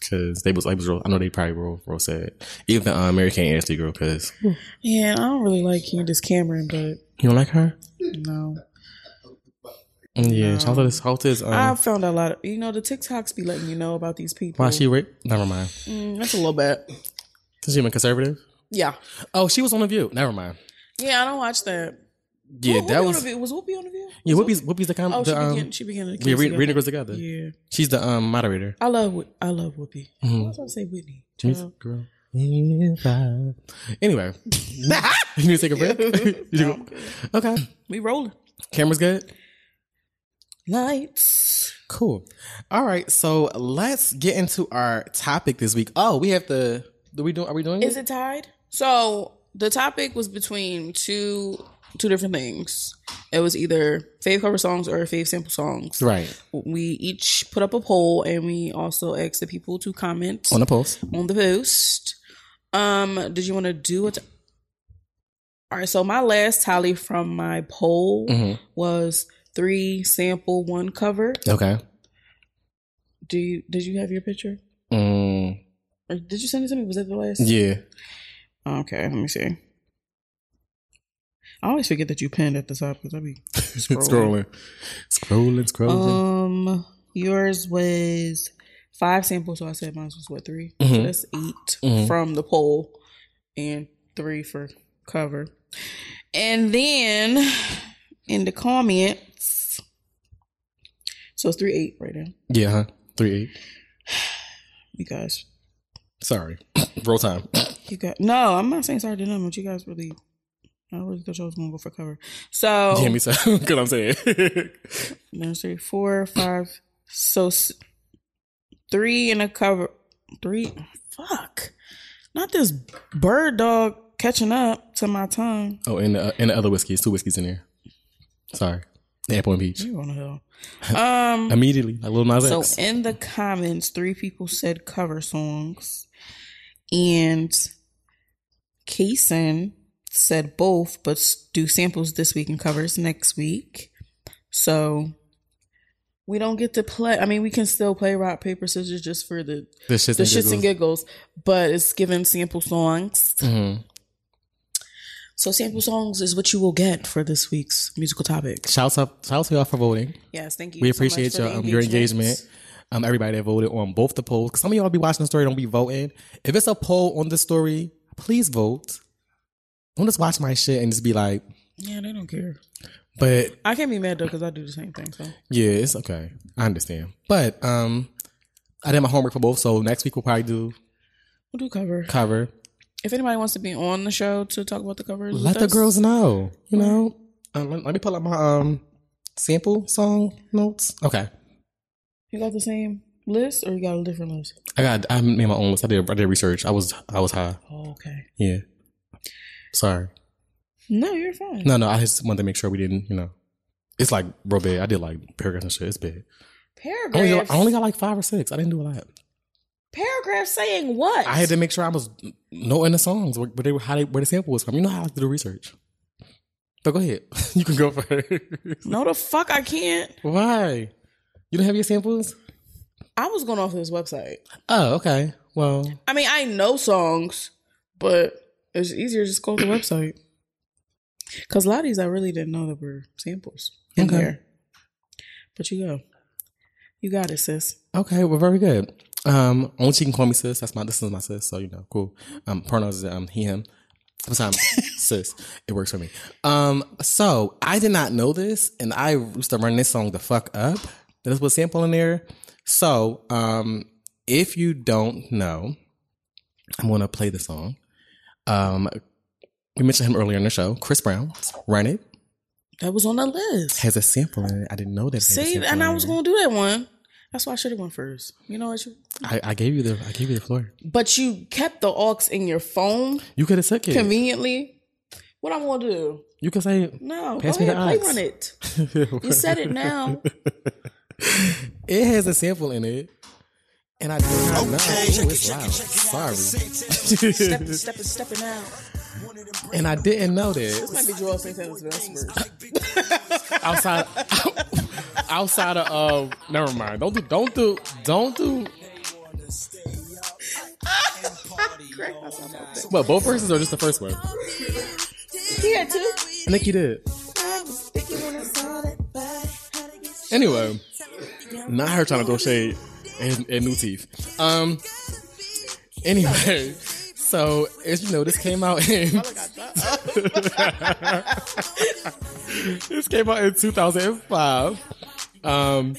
Speaker 2: because they was, they was real, I know they probably real real sad. Even the um, Mary Kay and Ashley girl because you
Speaker 1: Yeah, I don't really like Candace Cameron, but
Speaker 2: don't like her.
Speaker 1: no.
Speaker 2: Mm, Yeah, shout out to this shout out to this, um,
Speaker 1: I found a lot of you know the TikToks be letting you know about these people.
Speaker 2: why she rape? Never mind.
Speaker 1: Mm, that's a little bit.
Speaker 2: Is she even conservative?
Speaker 1: Yeah.
Speaker 2: Oh, she was on the View. Never mind.
Speaker 1: Yeah, I don't watch that.
Speaker 2: Yeah,
Speaker 1: Who-
Speaker 2: that
Speaker 1: Whoopi
Speaker 2: was
Speaker 1: on the view? was Whoopi on the view?
Speaker 2: yeah. Whoopi's Whoopi's the com-
Speaker 1: Oh, she
Speaker 2: the um
Speaker 1: began. She began. to
Speaker 2: yeah,
Speaker 1: kiss
Speaker 2: Re-
Speaker 1: together.
Speaker 2: Reading Girls Together.
Speaker 1: Yeah,
Speaker 2: She's the um moderator.
Speaker 1: I love. Wh- I love Whoopi.
Speaker 2: Mhm.
Speaker 1: I was gonna say Whitney. Uh, Child.
Speaker 2: Music girl. Anyway, you need to take a break. You do-
Speaker 1: No, I'm good.
Speaker 2: Okay,
Speaker 1: we rolling.
Speaker 2: camera's good.
Speaker 1: Lights.
Speaker 2: Cool. All right, so let's get into our topic this week. Oh, we have to. Do we do? Are we doing
Speaker 1: Is it tied? So the topic was between two two different things. It was either fave cover songs or fave sample songs.
Speaker 2: Right
Speaker 1: We each put up a poll, and we also asked the people to comment
Speaker 2: on the post.
Speaker 1: on the post. Um, did you want to do it? All right. So my last tally from my poll
Speaker 2: Mhm.
Speaker 1: was three sample, one cover.
Speaker 2: Okay.
Speaker 1: Do you did you have your picture?
Speaker 2: Mm,
Speaker 1: Or did you send it to me? Was that the last?
Speaker 2: yeah.
Speaker 1: Okay. Let me see. I always forget that you pinned at the top because I be scrolling.
Speaker 2: scrolling, scrolling, scrolling.
Speaker 1: Um, yours was five samples, so I said mine was what 3 So
Speaker 2: Mhm.
Speaker 1: that's 8
Speaker 2: Mhm.
Speaker 1: from the poll, and three for cover. And then in the comments, so it's three eight right now.
Speaker 2: yeah, huh? three eight.
Speaker 1: You guys,
Speaker 2: Sorry, roll time.
Speaker 1: you got no. I'm not saying sorry to them, but you guys really. I really thought y'all was gonna go for cover. So
Speaker 2: Yeah, me so. Good, I'm saying.
Speaker 1: There's three, four, five. So s- three in a cover. Three. Fuck. Not this bird dog catching up to my tongue.
Speaker 2: oh, and the, and the other whiskeys, two whiskeys in there. Sorry, apple and peach.
Speaker 1: You on the hill. Um.
Speaker 2: Mm-hmm. Immediately, like little Nas
Speaker 1: So
Speaker 2: X.
Speaker 1: in the comments, three people said cover songs, and Kason said both, but s- do samples this week and covers next week. So we don't get to play. I mean, we can still play rock paper scissors just for the
Speaker 2: the shits,
Speaker 1: the shits and giggles, but it's given sample songs.
Speaker 2: hmm
Speaker 1: So sample songs is what you will get for this week's musical topic.
Speaker 2: Shouts out, shouts to y'all for voting.
Speaker 1: Yes, thank you. so
Speaker 2: We
Speaker 1: much
Speaker 2: appreciate
Speaker 1: for the
Speaker 2: your um, your engagement. Um, everybody that voted on both the polls. 'Cause Some of y'all be watching the story, don't be voting. If it's a poll on the story, please vote. Don't just watch my shit and just be like,
Speaker 1: Yeah, they don't care.
Speaker 2: but
Speaker 1: I can't be mad though because I do the same thing. So.
Speaker 2: yeah, it's okay. I understand. But um, I did my homework for both, so next week we'll probably do
Speaker 1: We'll do cover.
Speaker 2: cover.
Speaker 1: If anybody wants to be on the show to talk about the covers,
Speaker 2: Let
Speaker 1: with
Speaker 2: the
Speaker 1: us,
Speaker 2: girls know. You know, um, let, let me pull up my um sample song notes. Okay,
Speaker 1: You got the same list, or you got a different list?
Speaker 2: I got I made my own list. I did I did research. I was I was high.
Speaker 1: Oh, okay.
Speaker 2: Yeah. Sorry.
Speaker 1: No, you're fine.
Speaker 2: No, no, I just wanted to make sure we didn't, you know. It's like real big. I did like paragraphs and shit. It's big. I only, got,
Speaker 1: Paragraphs.
Speaker 2: Oh, I only got like five or six. I didn't do a lot.
Speaker 1: paragraphs saying what?
Speaker 2: I had to make sure I was knowing the songs, where, where they were, how they, where the sample was from. You know how I like to do research. But go ahead. you can go first.
Speaker 1: no, the fuck I can't.
Speaker 2: Why? You don't have your samples?
Speaker 1: I was going off of this website.
Speaker 2: Oh, okay. Well,
Speaker 1: I mean, I know songs, but it's easier to just go to the website. Cause a lot of these I really didn't know that were samples in
Speaker 2: Okay.
Speaker 1: there. But you go, you got it, sis.
Speaker 2: okay, well, very good. Um, only she can call me sis. That's my this is my sis. So you know, cool. Um, pronouns is um he him. Sometimes sis, it works for me. Um, so I did not know this, and I used to run this song the fuck up. This was sample in there. So um, if you don't know, I'm gonna play the song. Um, we mentioned him earlier in the show. Chris Brown, Run It,
Speaker 1: That was on the list.
Speaker 2: has a sample in it. I didn't know that. it had a
Speaker 1: See,
Speaker 2: sample
Speaker 1: and
Speaker 2: in
Speaker 1: I
Speaker 2: it.
Speaker 1: was gonna do that one. That's why I should have went first. You know what? You,
Speaker 2: I, I gave you the I gave you the floor.
Speaker 1: but you kept the aux in your phone
Speaker 2: You could have took it.
Speaker 1: conveniently. What I'm gonna do?
Speaker 2: you could say
Speaker 1: No,
Speaker 2: Pass
Speaker 1: go
Speaker 2: me the
Speaker 1: ahead, play
Speaker 2: aux.
Speaker 1: run it. You said it now.
Speaker 2: it has a sample in it, and I did not know. Ooh, it's loud. Sorry,
Speaker 1: Step, step, stepping out.
Speaker 2: and I didn't know
Speaker 1: This
Speaker 2: that
Speaker 1: might be Joel Santana's best verse.
Speaker 2: outside outside of uh, never mind. Don't do don't do don't do. Well, both verses or just the first one?
Speaker 1: He had two.
Speaker 2: I think you did. Anyway, not her trying to throw shade and, and new teeth. Um. Anyway, so as you know, this came out in this came out in 2005. Um,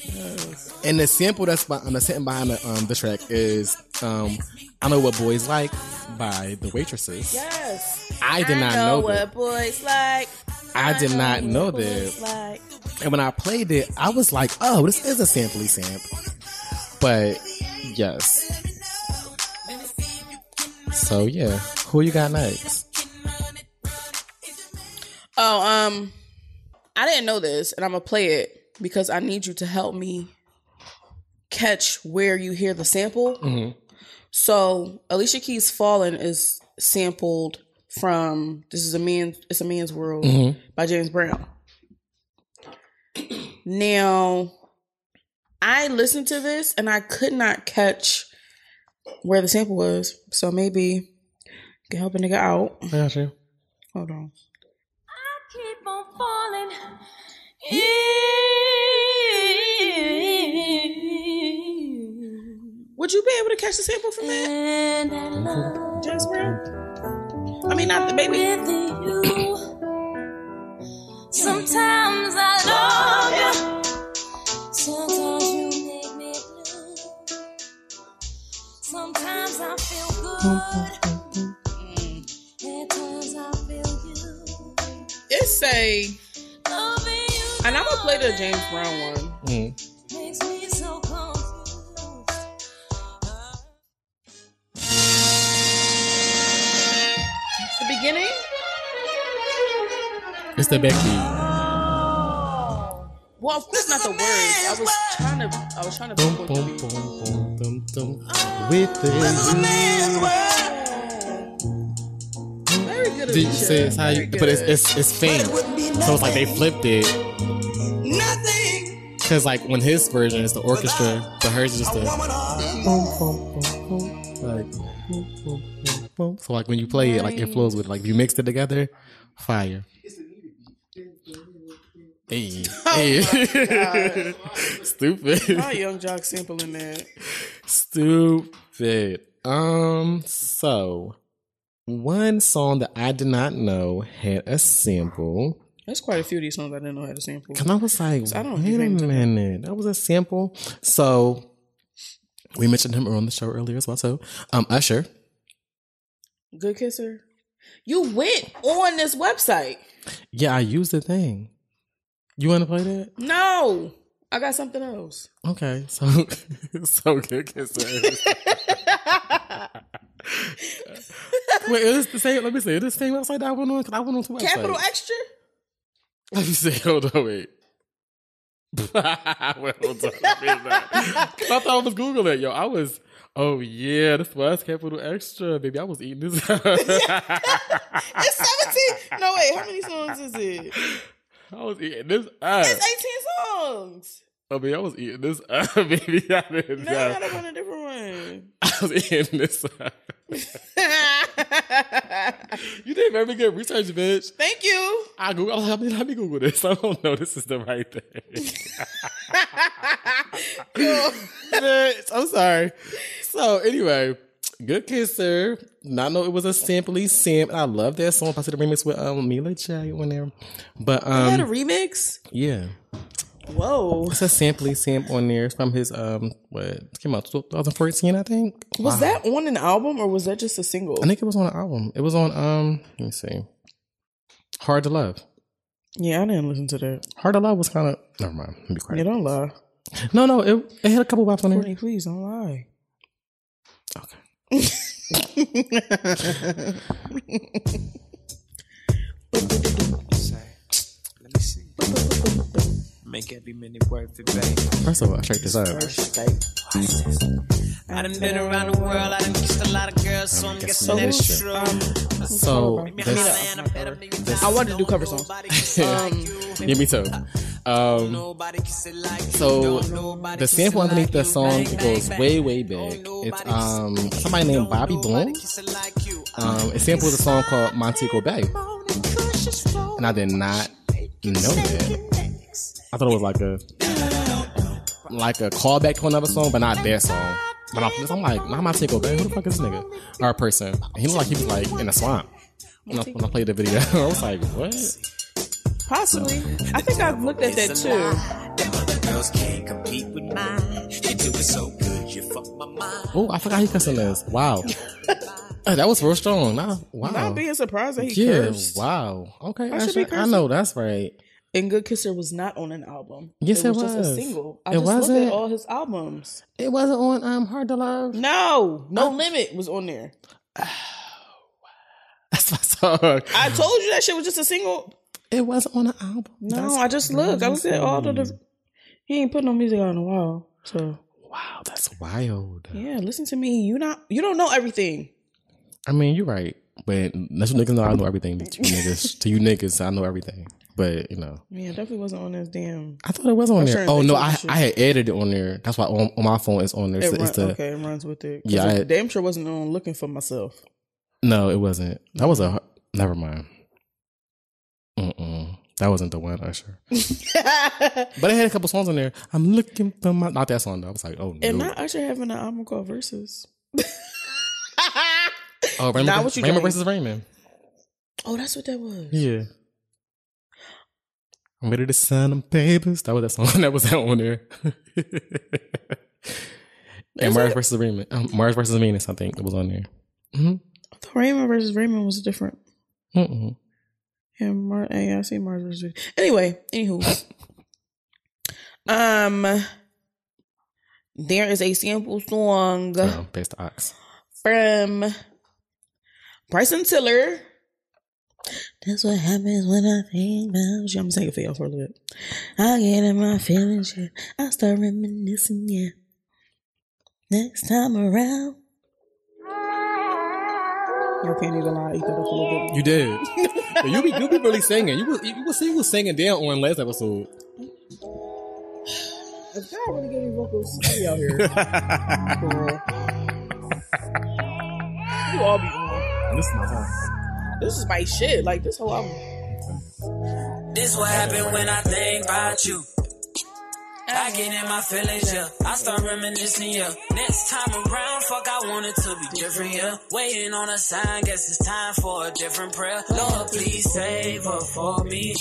Speaker 2: and the sample that's behind the sample behind the, um, the track is um, "I Know What Boys Like" by the Waitresses.
Speaker 1: Yes.
Speaker 2: I did not know,
Speaker 1: know
Speaker 2: that.
Speaker 1: what boys like.
Speaker 2: I did not know
Speaker 1: what boys
Speaker 2: that.
Speaker 1: Like.
Speaker 2: And when I played it, I was like, oh, this is a sampley sample. But yes. So yeah, who you got next?
Speaker 1: Oh, um, I didn't know this, and I'm gonna play it because I need you to help me catch where you hear the sample. So Alicia Keys' "Fallen" is sampled from "This Is a Man." It's a Man's World
Speaker 2: Mm-hmm.
Speaker 1: by James Brown. now, I listened to this and I could not catch where the sample was. So maybe you can help a nigga out.
Speaker 2: I got you.
Speaker 1: Hold on.
Speaker 4: keep on falling in.
Speaker 1: Would you be able to catch the sample from that?
Speaker 4: And I love
Speaker 1: James Brown? I mean, not the baby.
Speaker 4: with you. Sometimes I love you. Sometimes you make me blue. Sometimes I feel good. At times I feel you.
Speaker 1: It say,
Speaker 4: And
Speaker 1: and I'm gonna play the James Brown one.
Speaker 4: Makes me so confused.
Speaker 1: The beginning.
Speaker 2: It's the backbeat.
Speaker 1: Well, of course not the words. I was trying to. I was trying to.
Speaker 2: Boom,
Speaker 1: pinpoint the
Speaker 2: boom,
Speaker 1: beat.
Speaker 2: boom, boom, boom, boom. With the
Speaker 1: Very good.
Speaker 2: Did you
Speaker 1: Alicia.
Speaker 2: say it's how you,
Speaker 1: Very
Speaker 2: but it's
Speaker 1: good.
Speaker 2: it's it's fame. So it's like they flipped it. Nothing. Cause like when his version is the orchestra, but hers is just a. Like, so like when you play it, like it flows with like if you mixed it together, fire. Hey, Oh hey. stupid,
Speaker 1: Why Young Jock sampling that.
Speaker 2: stupid. Um, so one song that I did not know had a sample.
Speaker 1: There's quite a few of these songs I didn't know how to sample.
Speaker 2: And I was like,
Speaker 1: I don't
Speaker 2: wait
Speaker 1: give
Speaker 2: a
Speaker 1: him
Speaker 2: minute. That was a sample. So we mentioned him on the show earlier as well. So um Usher.
Speaker 1: Good kisser. You went on this website.
Speaker 2: Yeah, I used the thing. You wanna play that?
Speaker 1: No, I got something else.
Speaker 2: Okay. So so good kisser. Wait, is this the same let me see, is this the same website that I went on? Because I went on two websites.
Speaker 1: Capital extra.
Speaker 2: Let me see, hold on, wait. Wait, hold on. I mean, like, 'cause I thought I was Googling, yo. I was, oh yeah, this was Capital Extra, baby. I was eating this. I
Speaker 1: It's 17. No, wait. How many songs is it?
Speaker 2: was eating this up. Oh,
Speaker 1: It's 18 songs.
Speaker 2: I mean, I was eating this up, baby. I didn't
Speaker 1: No,
Speaker 2: know.
Speaker 1: I don't want a different one.
Speaker 2: I was in this. you did very good research, bitch.
Speaker 1: Thank you.
Speaker 2: I Ah, Google. Let me, let me Google this. I don't know. This is the right thing. Bitch, I'm sorry. So anyway, good kisser. Not know it was a simply simp. I love that song. I see the remix with um, Mila J on there, but
Speaker 1: Had a
Speaker 2: um,
Speaker 1: remix.
Speaker 2: yeah,
Speaker 1: Whoa.
Speaker 2: it's a simply simp on there. It's from his um, what came out 2014, I think.
Speaker 1: Was that on an album or was that just a single?
Speaker 2: I think it was on an album. It was on um, let me see, Hard to Love.
Speaker 1: Yeah, I didn't listen to that.
Speaker 2: Hard to Love was kind of never mind. Let me be quiet.
Speaker 1: Yeah, don't lie.
Speaker 2: No, no, it, it had a couple waps on there.
Speaker 1: Courtney, please don't lie.
Speaker 2: Okay.
Speaker 5: Say, let me see. Make every minute worth it, babe.
Speaker 2: First of all, check this out.
Speaker 5: I done been around the world, I done kissed a lot of girls, so I'm guessing that it's true.
Speaker 2: So, this,
Speaker 5: Man, I bet a nigga
Speaker 1: I wanted to do cover songs.
Speaker 2: yeah, me too. Um,
Speaker 5: nobody kiss it like
Speaker 2: so the sample underneath the song goes way, way back. It's um somebody named Bobby Bloom. Um, it sampled a song called Montego Bay, and I did not know that. I thought it was like a like a callback to another song, but not that song. But off this, I'm like, not Montego Bay. Who the fuck is this nigga or a person? He looked like he was like in a swamp. When I, when I played the video, I was like, what?
Speaker 1: Possibly. I think I've looked at that too.
Speaker 2: Oh, I forgot he cussing this. Wow. Uh, that was real strong. Nah, wow.
Speaker 1: Not being surprised that he
Speaker 2: yeah,
Speaker 1: cursed.
Speaker 2: wow. Okay,
Speaker 1: I should be
Speaker 2: actually, I know that's right.
Speaker 1: And Good Kisser was not on an album.
Speaker 2: Yes, it
Speaker 1: just a
Speaker 2: was.
Speaker 1: single. I
Speaker 2: It
Speaker 1: just looked
Speaker 2: wasn't.
Speaker 1: at all his albums.
Speaker 2: It wasn't on um Hard to Love.
Speaker 1: No,
Speaker 2: Oh.
Speaker 1: No Limit was on there.
Speaker 2: That's my song.
Speaker 1: I told you that shit was just a single.
Speaker 2: it wasn't on an album.
Speaker 1: No,
Speaker 2: That's-
Speaker 1: I just looked. I looked at all the. the- He ain't put no music out in a while. So
Speaker 2: wow, that's wild.
Speaker 1: yeah, listen to me. You not you don't know everything.
Speaker 2: I mean, you're right, but let you niggas know I know everything. To you niggas, to you niggas, I know everything. But you know,
Speaker 1: Yeah, definitely wasn't on this damn.
Speaker 2: I thought it was on
Speaker 1: sure
Speaker 2: there. Oh
Speaker 1: they
Speaker 2: no,
Speaker 1: told
Speaker 2: I
Speaker 1: you.
Speaker 2: I had edited it on there. That's why on, on my phone it's on there.
Speaker 1: It
Speaker 2: It's, the-
Speaker 1: run,
Speaker 2: it's the
Speaker 1: okay, it runs with it. 'Cause
Speaker 2: Yeah,
Speaker 1: it
Speaker 2: I-
Speaker 1: damn sure wasn't on looking for myself.
Speaker 2: No, it wasn't. That was a never mind. Mm-mm. That wasn't the one Usher. but it had a couple songs on there. I'm looking for my not that song though. I was like, oh no.
Speaker 1: And not Usher having an album called Versus.
Speaker 2: oh, Raymond,
Speaker 1: Nah, what you
Speaker 2: Raymond
Speaker 1: doing?
Speaker 2: versus Raymond.
Speaker 1: Oh, that's what that was.
Speaker 2: Yeah. I'm ready to sign them papers. That was that song that was that on there. and Mars versus Raymond. Um, Mars versus Venus, I think, it was on there.
Speaker 1: I thought Raymond versus Raymond was different.
Speaker 2: Mm-mm.
Speaker 1: And Mar- yeah, I see Mars versus Venus. Anyway, anywho. um there is a sample song
Speaker 2: Um, based ox.
Speaker 1: from Bryson Tiller. That's what happens when I think about you. I'm saying it for y'all for a little bit. I get in my feelings, yeah. I start reminiscing, yeah. Next time around. You can't even lie. You got up a little bit.
Speaker 2: You did. Yeah, you be you be really singing. You was you was, you was singing down on last episode.
Speaker 1: If God really gave me vocals, I'd be out here. For real. you all be on.
Speaker 2: This is my song.
Speaker 1: This is my shit. Like, this whole album.
Speaker 5: This what happened when I think about you. I get in my feelings, yeah. I start reminiscing, yeah. Next time around, fuck, I want it to be different, yeah. Waiting on a sign, guess it's time for a different prayer. Lord, please save her for me.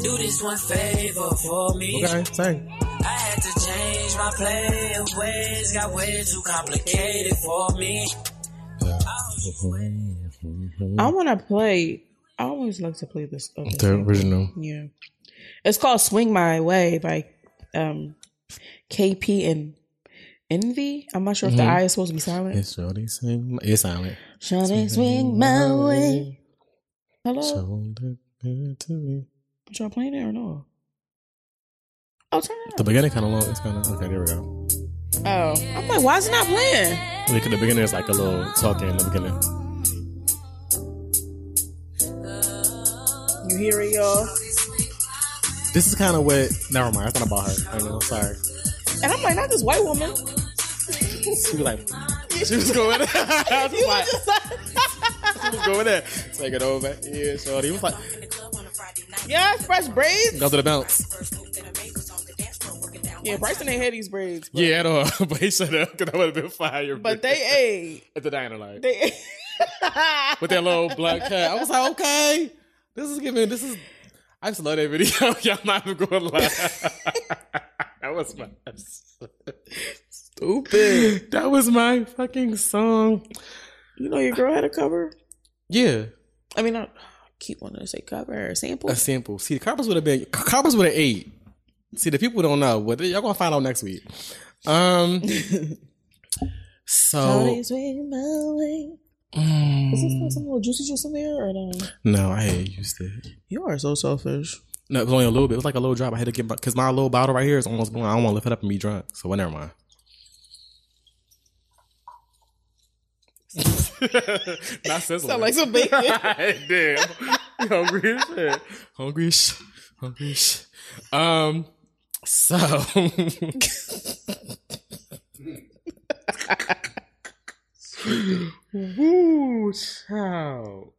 Speaker 5: Do this one favor for me.
Speaker 2: Okay, sing.
Speaker 5: I had to change my play of ways, got way too complicated for me.
Speaker 1: I want to play. I always like to play this. other
Speaker 2: The
Speaker 1: thing.
Speaker 2: original.
Speaker 1: Yeah, it's called "Swing My Way" by um, KP and Envy. I'm not sure if the I is supposed to be silent.
Speaker 2: It's Jody sing. my- It's silent.
Speaker 1: Shall I swing my way? Hello,
Speaker 2: So good to me.
Speaker 1: Is y'all playing it or no? Oh, turn it
Speaker 2: The beginning kind of long. It's kind of okay. There we go.
Speaker 1: up. Oh, I'm like, why is it not playing?
Speaker 2: Look at the beginning. It's like a little talking in the beginning.
Speaker 1: You hear it, y'all?
Speaker 2: This is kind of what. Never mind. It's not about her. I know. Sorry.
Speaker 1: And I'm like, not this white woman.
Speaker 2: She be like, She was going. I was just like, she was going there. Take it over. Yeah, shorty. He was like,
Speaker 1: Yes, fresh braids.
Speaker 2: go to the bounce.
Speaker 1: Yeah, Bryson ain't had these braids,
Speaker 2: Yeah, at all. but he shut up because I would have been fired.
Speaker 1: but they
Speaker 2: at the diner, like
Speaker 1: ate. They.
Speaker 2: with that little black cat. I was like, okay, this is giving. This is. I just love that video. Y'all not even going live. that was my. Stupid. That was my fucking song.
Speaker 1: you know your girl had a cover.
Speaker 2: Yeah.
Speaker 1: I mean, I keep wanting to say cover or sample.
Speaker 2: a sample. See, the coppers would have been coppers would have ate. See, the people don't know. What y'all gonna find out next week? Um. so
Speaker 1: Always waiting my way. Is this
Speaker 2: mm,
Speaker 1: like some little juicy juice in there or no?
Speaker 2: no, I had used it.
Speaker 1: You are so selfish.
Speaker 2: No, it was only a little bit. It was like a little drop. I had to get because my little bottle right here is almost gone. I don't want to lift it up and be drunk. So well, never mind. Not sizzling.
Speaker 1: Sound like some bacon.
Speaker 2: Damn. Hungry as shit. Hungry as shit. Hungry as shit. Um, so. Woo, child.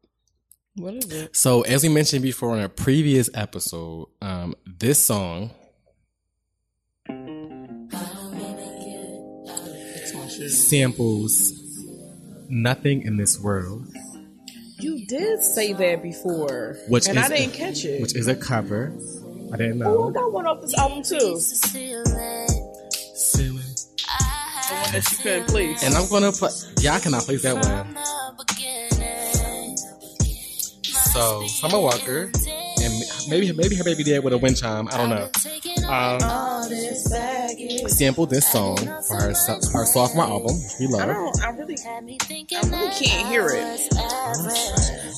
Speaker 1: what is it?
Speaker 2: So, as we mentioned before in a previous episode, um, this song samples Nothing in This World,
Speaker 1: You did say that before,
Speaker 2: Which
Speaker 1: and
Speaker 2: is-
Speaker 1: I didn't catch it.
Speaker 2: which is a cover. I didn't
Speaker 1: Oh, I
Speaker 2: know.
Speaker 1: got one off this album too. That you couldn't please.
Speaker 2: And I'm gonna play. Y'all cannot place that one. So, Summer Walker, and maybe maybe her baby dad with a wind chime. I don't
Speaker 1: uh,
Speaker 2: know. Um, sampled this song for her so- her sophomore album, We
Speaker 1: I
Speaker 2: Love.
Speaker 1: don't. I really. I really can't hear it.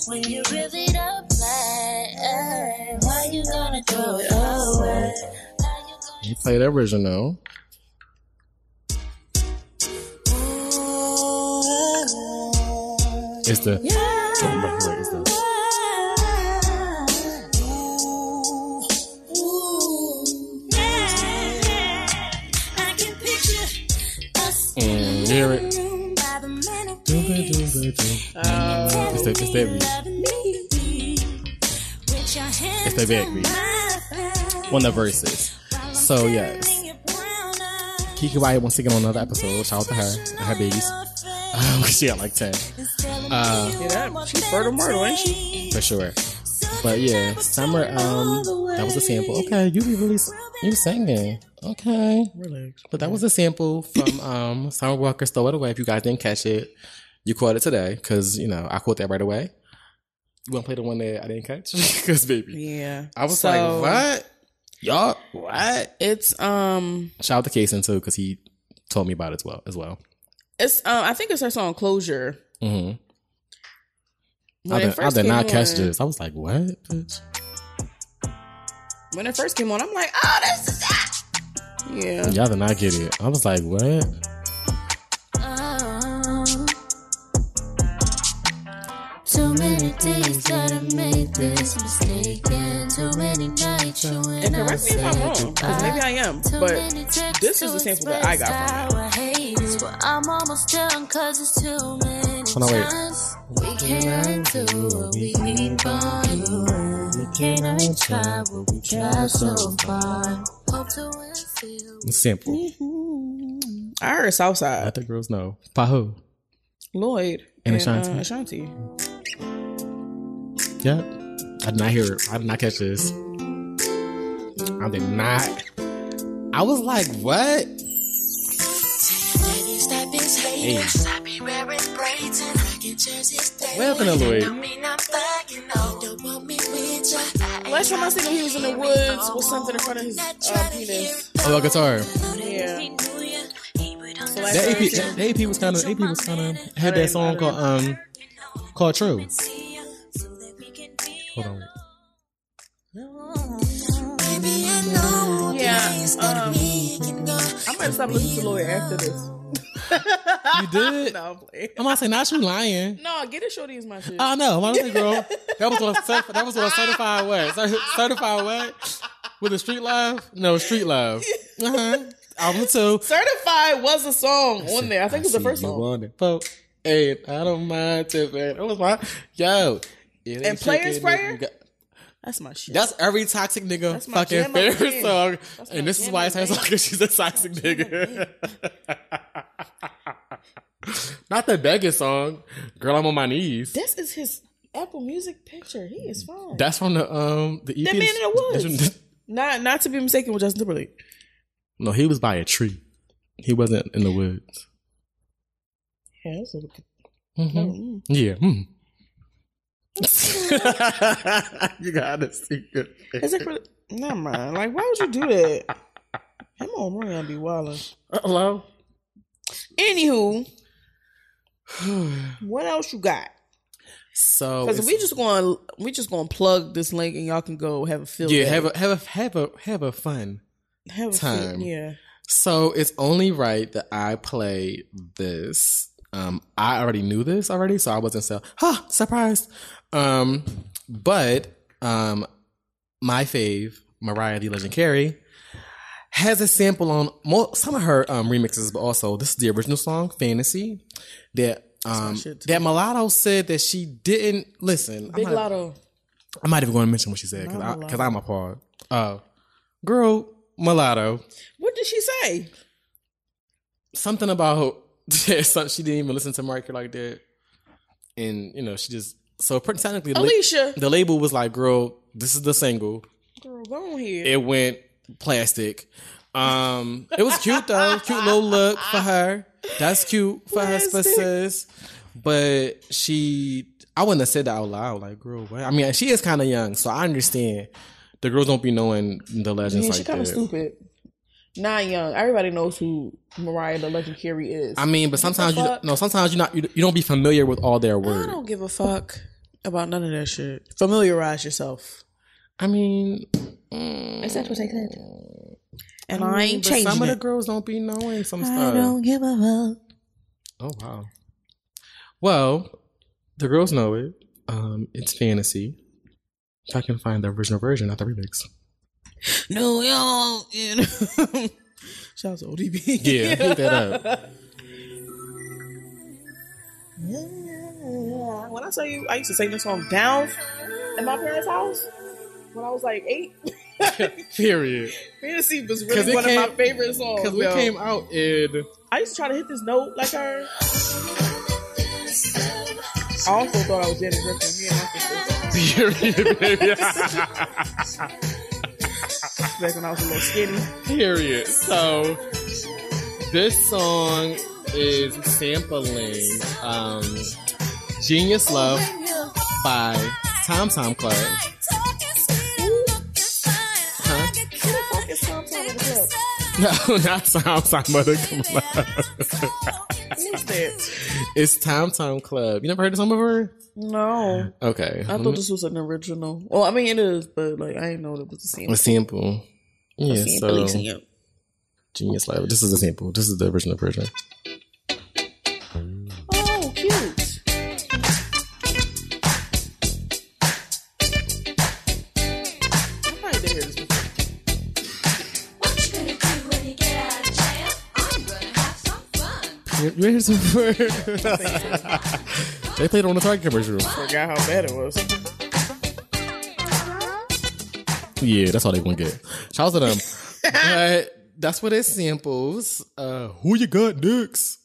Speaker 4: When you really don't play, why you gonna throw it away?
Speaker 2: You play the original. It's the. Right here, it's the-
Speaker 4: I can picture us
Speaker 2: Mm, hear it.
Speaker 4: room by the mantelpiece.
Speaker 2: It's the- it's that beat.
Speaker 4: It's
Speaker 2: the back beat. One of the verses. So, yes. Kiki White once again on another episode. Shout out to her and her babies. Um, she had like 10 Uh,
Speaker 1: Yeah, she's fertile mortal, ain't she?
Speaker 2: for sure. But yeah, Summer, um, that was a sample. Okay, you be really, you singing. Okay.
Speaker 1: Relax.
Speaker 2: But that was a sample from um, Summer Walker's Throw It Away. If you guys didn't catch it, you caught it today because, you know, I caught that right away. You want to play the one that I didn't catch? Because, baby,
Speaker 1: Yeah.
Speaker 2: I was
Speaker 1: So,
Speaker 2: like, what? Y'all, what?
Speaker 1: It's um.
Speaker 2: Shout out to Kason too because he told me about it as well. As well.
Speaker 1: It's um. I think it's her song "Closure."
Speaker 2: hmm I
Speaker 1: When it
Speaker 2: did, I
Speaker 1: first
Speaker 2: did
Speaker 1: came
Speaker 2: not catch
Speaker 1: on-
Speaker 2: this. I was like, what? bitch?
Speaker 1: When it first came on, I'm like, oh, this is that. Yeah.
Speaker 2: Y'all did not get it. I was like, what?
Speaker 4: Too many days that I made this mistake, and too many nights you
Speaker 1: And
Speaker 4: and I
Speaker 1: correct me if I'm wrong, because maybe I am. But
Speaker 4: this is the sample that I got from it. Well, I'm almost done cause it's too many
Speaker 2: Hold on, wait.
Speaker 4: times we can't do what we keep on doing. Can I try what we try so far? Hope to feel
Speaker 2: It's
Speaker 1: Mm-hmm.
Speaker 2: simple.
Speaker 1: I heard Southside,
Speaker 2: Let the girls know. Paho.
Speaker 1: Lloyd,
Speaker 2: And
Speaker 1: and,
Speaker 2: Ashanti.
Speaker 1: Ashanti. Uh, Ashanti.
Speaker 2: Yep. I did not hear it. I did not catch this. I did not. I was like, what?
Speaker 4: Ladies that been hating, I be wearing braids and I get jerseys daily.
Speaker 2: What happened to Lloyd?
Speaker 4: Don't mean I'm thugging, no. Don't want me with ya. I ain't
Speaker 1: Last time I seen him, he was in the woods with something in front of his uh, penis.
Speaker 2: Oh, a guitar.
Speaker 1: Yeah.
Speaker 4: Yeah.
Speaker 2: That E AP, that AP was kind of, AP was kind of, had that song called, um, called True. Hold on.
Speaker 1: Yeah. Um, I might stop listening to Lloyd after this.
Speaker 2: You did?
Speaker 1: No, I'm playing.
Speaker 2: I'm about to say, not you lying. Oh,
Speaker 1: No, get it shorty is my shit.
Speaker 2: I know. Why don't they, girl? That was what a certi- that was what a certified what Cer- certified what with a street live? No street live. Uh huh. album two.
Speaker 1: Certified was a song on there. I think it was the first
Speaker 2: you
Speaker 1: song.
Speaker 2: want it, folk. Hey, I don't mind tipping. It was my yo. it ain't
Speaker 1: And Player's
Speaker 2: shaking if
Speaker 1: Prayer?
Speaker 2: you got-
Speaker 1: That's my shit.
Speaker 2: That's every toxic nigga
Speaker 1: my
Speaker 2: fucking
Speaker 1: jam of the
Speaker 2: favorite
Speaker 1: day.
Speaker 2: song,
Speaker 1: That's
Speaker 2: and
Speaker 1: my
Speaker 2: this is
Speaker 1: jam
Speaker 2: why
Speaker 1: of
Speaker 2: it's
Speaker 1: the
Speaker 2: her
Speaker 1: day.
Speaker 2: song because she's a toxic nigga. Not the begging song, girl. I'm on my knees.
Speaker 1: This is his Apple Music picture. He is fine.
Speaker 2: That's from the um the EP.
Speaker 1: That man in the woods. not not to be mistaken with Justin Timberlake.
Speaker 2: No, he was by a tree. He wasn't in the woods.
Speaker 1: Yeah, that's a- mm.
Speaker 2: Mhm. Yeah. mhm. you gotta see it.
Speaker 1: Is it? really- Never mind. Like, why would you do that? Him on Maria gonna be wildin'.
Speaker 2: Hello.
Speaker 1: Anywho, what else you got?
Speaker 2: So
Speaker 1: Because
Speaker 2: Oh, it's-
Speaker 1: we just going to we just going to plug this link and y'all can go have a feel.
Speaker 2: yeah
Speaker 1: day.
Speaker 2: have a have a have a have a fun.
Speaker 1: have a
Speaker 2: time.
Speaker 1: Feel, yeah,
Speaker 2: So it's only right that I play this. Um, I already knew this already, so I wasn't so huh, surprised. Um, but um, my fave, Mariah the Legend Carey, has a sample on mo- some of her um, remixes, but also this is the original song, Fantasy, that um,
Speaker 1: shit, too.
Speaker 2: that Mulatto said that she didn't listen.
Speaker 1: Big
Speaker 2: I'm not,
Speaker 1: Lotto.
Speaker 2: I'm not even going to mention what she said because I'm a part. Uh, girl, Mulatto
Speaker 1: What did she say?
Speaker 2: something about yeah, some- she didn't even listen to Market like that, and you know she just so pretty technically the la-
Speaker 1: Alicia,
Speaker 2: the label was like, "Girl, this is the single."
Speaker 1: girl, go on here.
Speaker 2: It went plastic. Um, it was cute though, cute little look for her. That's cute for her
Speaker 1: Plastic.
Speaker 2: sis. But she, I wouldn't have said that out loud. Like, girl, what? I mean, she is kind of young, so I understand. The girls don't be knowing the legends
Speaker 1: yeah, she
Speaker 2: like
Speaker 1: kind of
Speaker 2: that.
Speaker 1: stupid. Not young. Everybody knows who Mariah the Legend Carey is.
Speaker 2: I mean, but sometimes you
Speaker 1: fuck?
Speaker 2: no, sometimes you not you, you don't be familiar with all their
Speaker 1: I
Speaker 2: words.
Speaker 1: don't give a fuck about none of that shit. Familiarize yourself.
Speaker 2: I mean, mm,
Speaker 4: That's what I said.
Speaker 1: And I, ain't
Speaker 2: But
Speaker 1: changing
Speaker 2: some of the
Speaker 1: it.
Speaker 2: girls don't be knowing some
Speaker 4: I
Speaker 2: stuff.
Speaker 4: don't give a fuck.
Speaker 2: Oh wow. Well, the girls know it. Um, it's fantasy. If I can find the original version, not the remix.
Speaker 1: New York. You know. Shout out to ODB.
Speaker 2: Yeah, pick that up.
Speaker 1: When I tell you, I used to sing this song down at my parents' house when I was like eight.
Speaker 2: Period.
Speaker 1: Fantasy was
Speaker 2: 'Cause
Speaker 1: really
Speaker 2: it
Speaker 1: one of
Speaker 2: came-
Speaker 1: my favorite songs.
Speaker 2: Because we
Speaker 1: yo.
Speaker 2: came out in
Speaker 1: I used to try to hit this note like her. I also thought I was Janet Griffin. Me and my sisters
Speaker 2: period, baby.
Speaker 1: back when I was a little skinny.
Speaker 2: period. So this song is sampling um, "Genius Love" by Tom Tom Club. No, not Tom Tom Mother Club.
Speaker 1: Who's that?
Speaker 2: It's Tom Tom Club. You never heard of some of her?
Speaker 1: No,
Speaker 2: Okay.
Speaker 1: I thought this was an original. Oh, I mean it is, but like I didn't know it was the same.
Speaker 2: a sample. Yeah,
Speaker 1: same
Speaker 2: so
Speaker 1: releasing it.
Speaker 2: Genius Lab. This is a sample. This is the original version.
Speaker 1: Oh, cute. I might have heard this before.
Speaker 2: You, you hear some They played it on the Target commercial.
Speaker 1: Forgot how bad it was.
Speaker 2: Yeah, that's all they gonna get. Shout out to them. but that's what it samples. Uh, who you got next?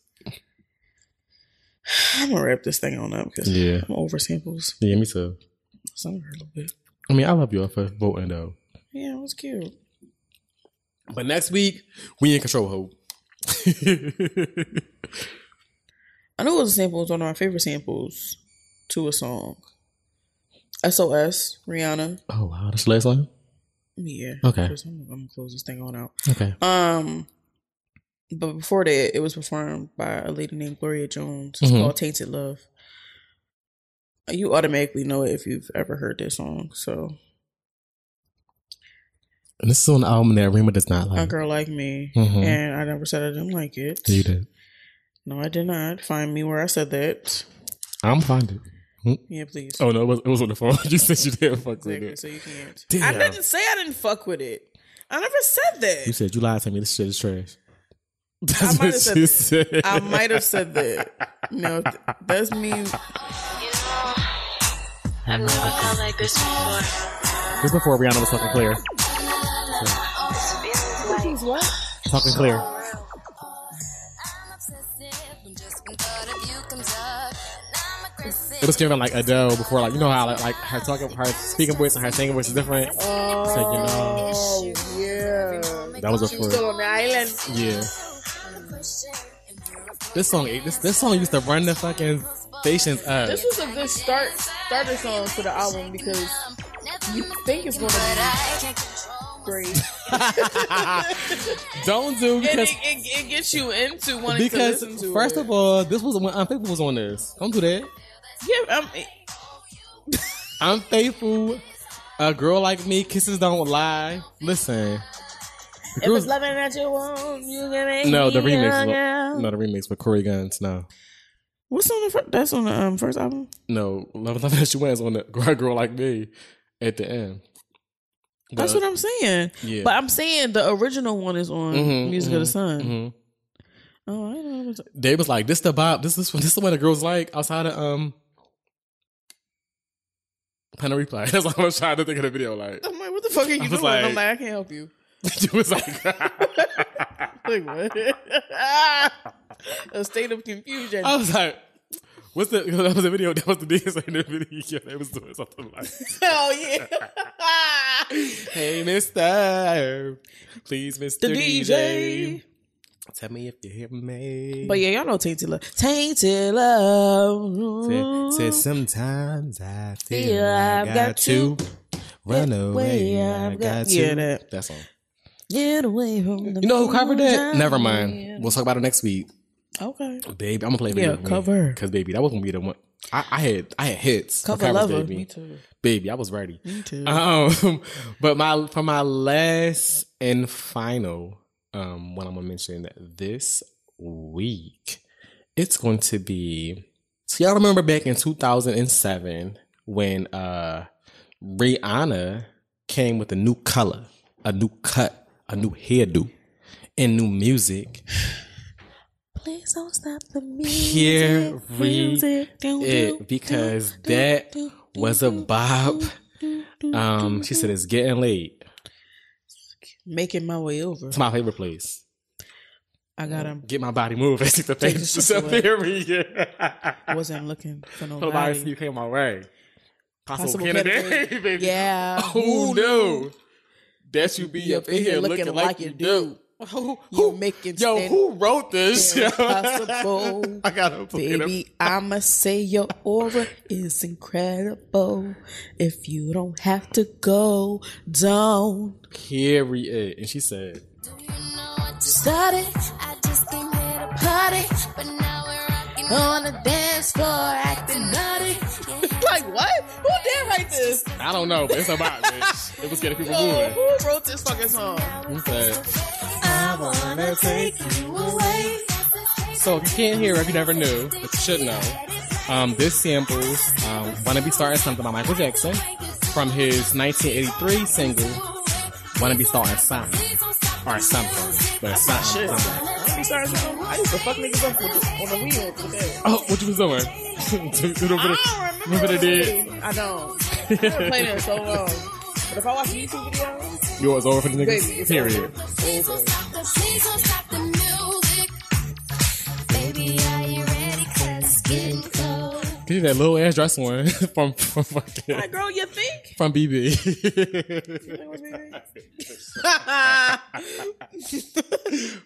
Speaker 1: I'm gonna wrap this thing on up because
Speaker 2: Yeah.
Speaker 1: I'm over samples.
Speaker 2: Yeah, me too.
Speaker 1: So I'm a little bit.
Speaker 2: I mean, I love you all for voting though.
Speaker 1: Yeah, it was cute.
Speaker 2: But next week, we in control, hope.
Speaker 1: I know it was a sample. It was one of my favorite samples to a song. SOS, Rihanna.
Speaker 2: oh wow, that's the last one?
Speaker 1: Yeah.
Speaker 2: Okay.
Speaker 1: Chris, I'm, I'm gonna close this thing on out.
Speaker 2: Okay.
Speaker 1: Um, but before that, it was performed by a lady named Gloria Jones. It's
Speaker 2: Mhm.
Speaker 1: called "Tainted Love." You automatically know it if you've ever heard this song. So,
Speaker 2: And this is on the album that Rima does not
Speaker 1: a
Speaker 2: like.
Speaker 1: girl like me,
Speaker 2: Mhm.
Speaker 1: and I never said I didn't like it.
Speaker 2: You did.
Speaker 1: No, I did not. Find me where I said that.
Speaker 2: I'm finding.
Speaker 1: Yeah, please.
Speaker 2: Oh no, it was, it was on the phone. you said you didn't fuck with
Speaker 1: Exactly.
Speaker 2: it.
Speaker 1: So you can't. I
Speaker 2: Damn.
Speaker 1: didn't say I didn't fuck with it. I never said that.
Speaker 2: You said you lied to me. This shit is trash. That's
Speaker 1: might
Speaker 2: what
Speaker 1: have said
Speaker 2: she
Speaker 1: that.
Speaker 2: said.
Speaker 1: I might have said that. No, th- that's me.
Speaker 4: I've never felt like this before.
Speaker 2: This is before Rihanna was talking clear. Talking clear. It was giving like Adele before, like you know how like, like her talking, her speaking voice and her singing voice is different. It's like, you know,
Speaker 1: Oh yeah.
Speaker 2: that was before.
Speaker 1: on the island.
Speaker 2: Yeah. This song, this this song used to run the fucking stations up.
Speaker 1: This was a good start starter song to the album because you think it's gonna be great.
Speaker 2: Don't do
Speaker 1: And
Speaker 2: because
Speaker 1: it, it, it gets you into wanting
Speaker 2: because
Speaker 1: to listen to
Speaker 2: first
Speaker 1: it.
Speaker 2: of all, this was when Unfaithful was on this. Don't do that.
Speaker 1: yeah, I'm,
Speaker 2: I'm faithful. A girl like me, kisses don't lie. Listen. The
Speaker 1: if it's
Speaker 2: girls-
Speaker 1: loving that you want, you can make
Speaker 2: no, the
Speaker 1: me
Speaker 2: remix.
Speaker 1: young,
Speaker 2: wa-
Speaker 1: yeah.
Speaker 2: No, the remix with Corey Guns. No,
Speaker 1: What's on the first? That's on the um, first album.
Speaker 2: no. Love, love that she wins on the girl, girl like me at the end.
Speaker 1: That's what I'm saying.
Speaker 2: Yeah.
Speaker 1: But I'm saying the original one is on
Speaker 2: Mhm,
Speaker 1: Music of the
Speaker 2: mhm,
Speaker 1: Sun.
Speaker 2: Mhm.
Speaker 1: Oh, I know. What I'm
Speaker 2: They was like, "This the bop. This is this is what the girls like outside of um." Panda reply. That's what I was trying to think of the video. Like,
Speaker 1: I'm like, what the fuck are you
Speaker 2: was
Speaker 1: doing?
Speaker 2: like-
Speaker 1: I'm like, I can't help you.
Speaker 2: it was like,
Speaker 1: Like what? a state of confusion.
Speaker 2: I was like, "What's the?" That was the video. That was the dance in the video. They was doing something like,
Speaker 1: Hell yeah.
Speaker 2: "Hey, Mister, please, Mister
Speaker 1: the DJ.
Speaker 2: Tell me if you hear me.
Speaker 1: But yeah, y'all know Tainted Love. Tainted Love.
Speaker 2: Said, said sometimes I feel,
Speaker 1: Feel
Speaker 2: I've
Speaker 1: I've
Speaker 2: got,
Speaker 1: got
Speaker 2: to run
Speaker 1: way
Speaker 2: away. I've
Speaker 1: I've
Speaker 2: got,
Speaker 1: got-
Speaker 2: to.
Speaker 1: Yeah, that.
Speaker 2: song.
Speaker 1: Get away from the
Speaker 2: You know who covered that?
Speaker 1: moonshine.
Speaker 2: Never mind. We'll talk about it next week,
Speaker 1: Okay.
Speaker 2: baby. I'm gonna play.
Speaker 1: Yeah, cover.
Speaker 2: Because baby, that was gonna be the one. I, I had I had hits. for
Speaker 1: Cover
Speaker 2: covers,
Speaker 1: Lover.
Speaker 2: baby.
Speaker 1: Me too.
Speaker 2: Baby, I was ready.
Speaker 1: Me too.
Speaker 2: Um, but my for my last and final, um, one I'm gonna mention this week, it's going to be. So y'all remember back in 2007 when uh Rihanna came with a new color, a new cut, a new hairdo, and new music.
Speaker 1: Please don't stop the
Speaker 2: Period.
Speaker 1: music. music. Do, do,
Speaker 2: It because that was a bop.
Speaker 1: do, do, do.
Speaker 2: Um, she said it's getting late.
Speaker 1: Making my way over.
Speaker 2: It's my favorite place.
Speaker 1: I got him.
Speaker 2: get my body moving. Take the
Speaker 1: Take
Speaker 2: things
Speaker 1: the
Speaker 2: so
Speaker 1: shit
Speaker 2: period.
Speaker 1: Wasn't looking for
Speaker 2: Put my
Speaker 1: nobody.
Speaker 2: you came my way. Possible,
Speaker 1: Possible
Speaker 2: candidate,
Speaker 1: candidate.
Speaker 2: baby.
Speaker 1: Yeah.
Speaker 2: Who knew that you be
Speaker 1: You
Speaker 2: up in here looking, like you do? Who,
Speaker 1: You
Speaker 2: who,
Speaker 1: making
Speaker 2: yo,
Speaker 1: stand-
Speaker 2: who wrote this? Yo.
Speaker 1: Possible.
Speaker 2: I gotta play it.
Speaker 1: Baby, I'ma say your aura is incredible. If you don't have to go, don't.
Speaker 2: Period. And she said,
Speaker 4: Started, I just came here to party, but now we're rocking on the dance floor, acting naughty.
Speaker 1: Like what? Who did write this? Oh,
Speaker 2: I don't know, but it's a bop, bitch. It was getting people moving.
Speaker 1: who wrote this fucking song?
Speaker 2: She said,
Speaker 4: I wanna take you away.
Speaker 2: So if you can't hear if you never knew, but you should know. Um, this samples um, "Wanna Be Starting Something" by Michael Jackson from his 1983 single "Wanna Be Starting Something" or something, but it's something. something.
Speaker 1: I used to fuck niggas up with on the wheel with that.
Speaker 2: Oh, what you was doing? Do- do the- remember the did?
Speaker 1: I don't. I haven't played it in so long. But if I watch YouTube videos,
Speaker 2: You was over for the
Speaker 1: Baby,
Speaker 2: niggas.
Speaker 1: it's
Speaker 2: Period.
Speaker 4: Please don't stop the, please don't stop the music. Baby, are you ready? 'Cause it's getting cold.
Speaker 2: Give me that little ass dress one from from fucking
Speaker 1: like, girl, you think?
Speaker 2: from BB.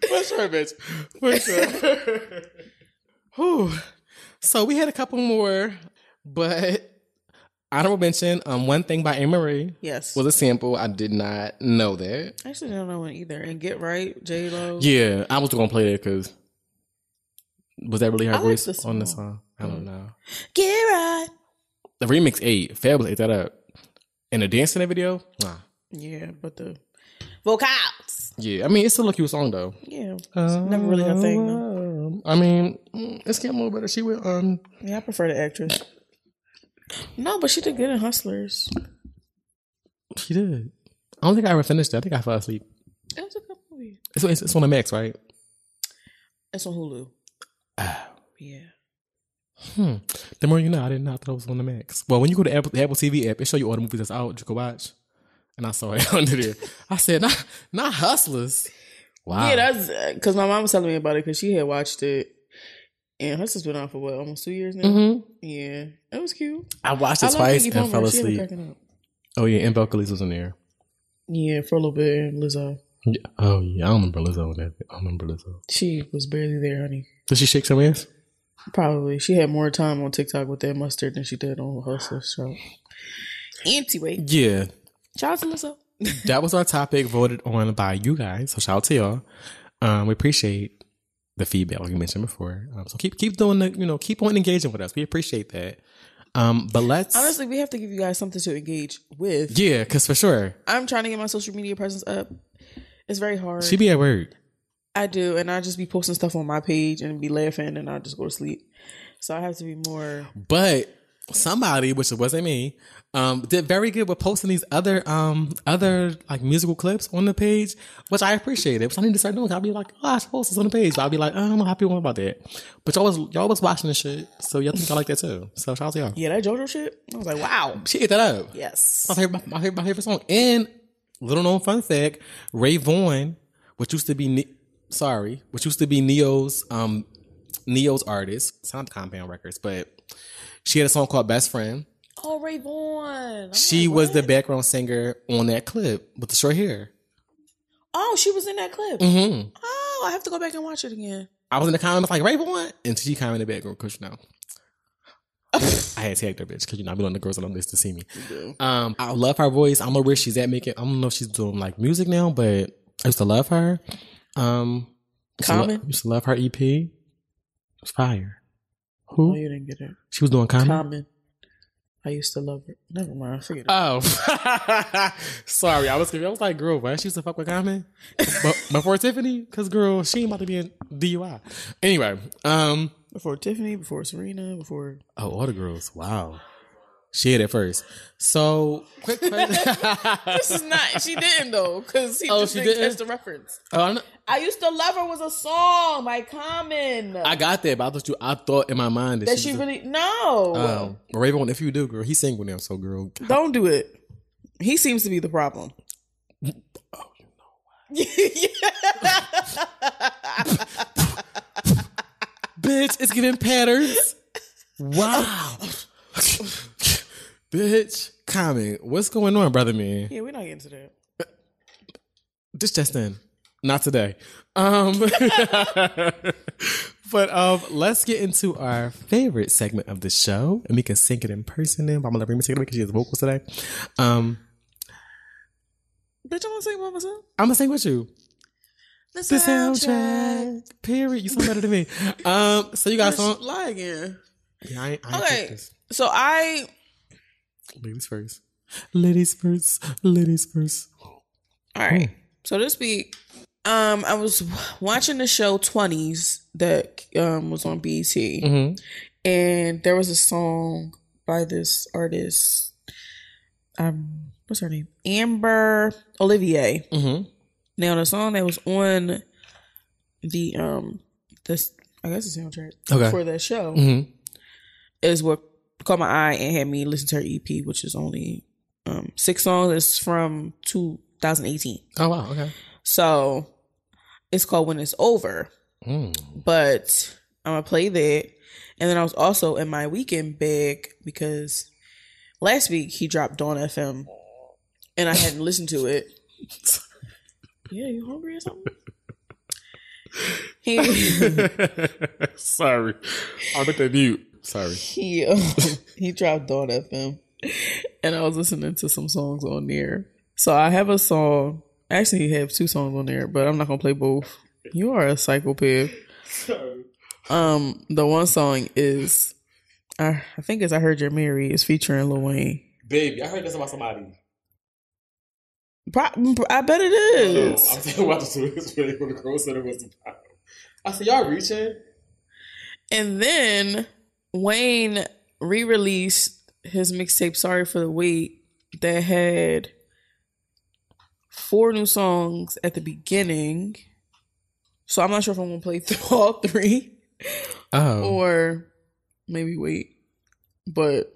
Speaker 2: For sure, bitch. For sure. Whew. So we had a couple more, but honorable mention, um, one thing by Anne Marie
Speaker 1: yes.
Speaker 2: was a sample. I did not know that.
Speaker 1: I actually don't know one either. And Get Right, J Lo.
Speaker 2: Yeah, I was gonna play that because was that really her
Speaker 1: I like
Speaker 2: voice
Speaker 1: the
Speaker 2: on the song?
Speaker 1: song. Mm.
Speaker 2: I don't know.
Speaker 1: Get Right.
Speaker 2: The remix eight, Fabulous ate that up. And the dance in the video, nah.
Speaker 1: Yeah, but the vocals.
Speaker 2: Yeah, I mean it's still a cute song though.
Speaker 1: Yeah. never really her thing, though.
Speaker 2: Um, I mean, mm, it's getting a little better. She with um
Speaker 1: Yeah, I prefer the actress. No, but she did good in Hustlers.
Speaker 2: She did. I don't think I ever finished it. I think I fell asleep.
Speaker 1: That was a good movie.
Speaker 2: It's, it's, it's on the max, right?
Speaker 1: It's on Hulu. Yeah.
Speaker 2: Hmm. The more you know, I did not thought it was on the max. Well, when you go to Apple, the Apple TV app, it show you all the movies that's out you can watch. And I saw it under there. I said, not, not hustlers. Wow.
Speaker 1: Yeah, that's because my mom was telling me about it because she had watched it. And hers has been on for what, almost two years now?
Speaker 2: Mhm.
Speaker 1: Yeah. It was cute.
Speaker 2: I watched it
Speaker 1: love
Speaker 2: twice
Speaker 1: Keke Palmer.
Speaker 2: and fell
Speaker 1: She had me
Speaker 2: asleep.
Speaker 1: cracking up.
Speaker 2: Oh yeah, and Vocalist was in there.
Speaker 1: Yeah, for a little bit. And Lizzo,
Speaker 2: Yeah. Oh yeah, I don't remember Lizzo in that. I don't remember Lizzo.
Speaker 1: she was barely there, honey.
Speaker 2: Did she shake some ass?
Speaker 1: Probably. She had more time on TikTok with that mustard than she did on Hustler. So, anyway,
Speaker 2: Yeah,
Speaker 1: shout out to Lizzo.
Speaker 2: that was our topic voted on by you guys. So shout out to y'all. Um, we appreciate the feedback like you mentioned before. Um, so keep keep doing the you know keep on engaging with us. We appreciate that. Um, but let's
Speaker 1: Honestly, we have to give you guys something to engage with.
Speaker 2: yeah, cause for sure
Speaker 1: I'm trying to get my social media presence up. It's very hard.
Speaker 2: she be at work.
Speaker 1: I do, and I just be posting stuff on my page and be laughing, and I just go to sleep. So I have to be more.
Speaker 2: But somebody, which wasn't me, um, did very good with posting these other um other like musical clips on the page, which I appreciated. Which I need to start doing. I'll be like, oh, I should post this on the page. But I'll be like, I don't know how people want about that. But y'all was y'all was watching this shit, so y'all think I like that too. So shout out to y'all.
Speaker 1: Yeah, that JoJo shit. I was like, wow.
Speaker 2: She ate that up.
Speaker 1: Yes.
Speaker 2: My favorite, my favorite, my favorite song. And little known fun fact: Ray Vaughn, which used to be ne- sorry, which used to be Neo's um Neo's artist, sound Compound Records, but she had a song called Best Friend.
Speaker 1: Oh, Ray Vaughn.
Speaker 2: She was the background singer on that clip with the short hair.
Speaker 1: Oh, she was in that clip.
Speaker 2: hmm
Speaker 1: Oh, I have to go back and watch it again.
Speaker 2: I was in the comments like Ray Vaughn, and she commented back on because you know. I had tagged her bitch because you know I be on the girls on the list to see me. Um, I love her voice. I don't know where she's at making. I don't know if she's doing like music now, but I used to love her. Um, used to lo-
Speaker 1: Common?
Speaker 2: used to love her EP. It was fire.
Speaker 1: Oh,
Speaker 2: Who
Speaker 1: you didn't get it.
Speaker 2: she was doing common.
Speaker 1: Common. I used to love her. Never mind. Forget it.
Speaker 2: Oh, sorry. I was confused. I was like, girl, why she used to fuck with Common, but before Tiffany, because girl, she ain't about to be in DUI. Anyway, um,
Speaker 1: before Tiffany, before Serena, before
Speaker 2: oh, all the girls. Wow, she hit it first. So quick question.
Speaker 1: this is not. She didn't though, because he
Speaker 2: Oh,
Speaker 1: just
Speaker 2: she
Speaker 1: didn't,
Speaker 2: didn't?
Speaker 1: catch the reference.
Speaker 2: Oh, I, know-
Speaker 1: I used to love her was a song by Common
Speaker 2: I got that, but I thought you. I thought in my mind that,
Speaker 1: that
Speaker 2: she,
Speaker 1: she Oh.
Speaker 2: was
Speaker 1: really no.
Speaker 2: a- Um, but Raven, if you do, girl, he's single now. So, girl,
Speaker 1: Don't do it. He seems to be the problem. Oh, you
Speaker 2: bitch, it's giving patterns. Wow, bitch, comment. What's going on, brother man?
Speaker 1: yeah, we're not getting to that.
Speaker 2: This just in. Not today. Um But um let's get into our favorite segment of the show. And we can sync it in person then. But I'm gonna let Rima take it away because she has vocals today. Um
Speaker 1: Bitch, I want to sing by myself.
Speaker 2: I'm gonna sing with you.
Speaker 1: The
Speaker 2: The soundtrack. Period. You sound better than me. Um so you guys don't
Speaker 1: Lie again.
Speaker 2: yeah, I, ain't- I ain't
Speaker 1: Okay.
Speaker 2: picked this.
Speaker 1: So I
Speaker 2: Ladies first. Ladies first. Ladies first.
Speaker 1: All
Speaker 2: Mm.
Speaker 1: right. So this week, um, I was watching the show Twenties that um was on BET,
Speaker 2: Mm-hmm.
Speaker 1: and there was a song by this artist. Um, what's her name? Amber Olivier.
Speaker 2: Mm-hmm.
Speaker 1: Now the song that was on the um this I guess the soundtrack
Speaker 2: Okay.
Speaker 1: for that show
Speaker 2: Mm-hmm.
Speaker 1: is what caught my eye and had me listen to her EP, which is only um six songs. It's from 2018.
Speaker 2: Oh wow, okay.
Speaker 1: So it's called When It's Over.
Speaker 2: Mm.
Speaker 1: But I'm gonna play that. And then I was also in my weekend bag because last week he dropped Dawn FM and I hadn't listened to it. Yeah, you hungry or something? He
Speaker 2: Mm. Sorry. I'm at the mute. Sorry.
Speaker 1: he, um, he dropped Dawn FM and I was listening to some songs on there. So I have a song. Actually, you have two songs on there, but I'm not gonna play both. You are a psychopath. Um, the one song is, I, I think it's "I Heard You're Married." It's featuring Lil Wayne.
Speaker 2: Baby, I heard this about somebody.
Speaker 1: Pro- I bet it is.
Speaker 2: Um, I'm saying watching this video when the girl said it was I said, y'all reaching?
Speaker 1: And then Wayne re-released his mixtape "Sorry for the Wait" that had four new songs at the beginning. So I'm not sure if I'm gonna play through all three
Speaker 2: Oh,
Speaker 1: or maybe wait. But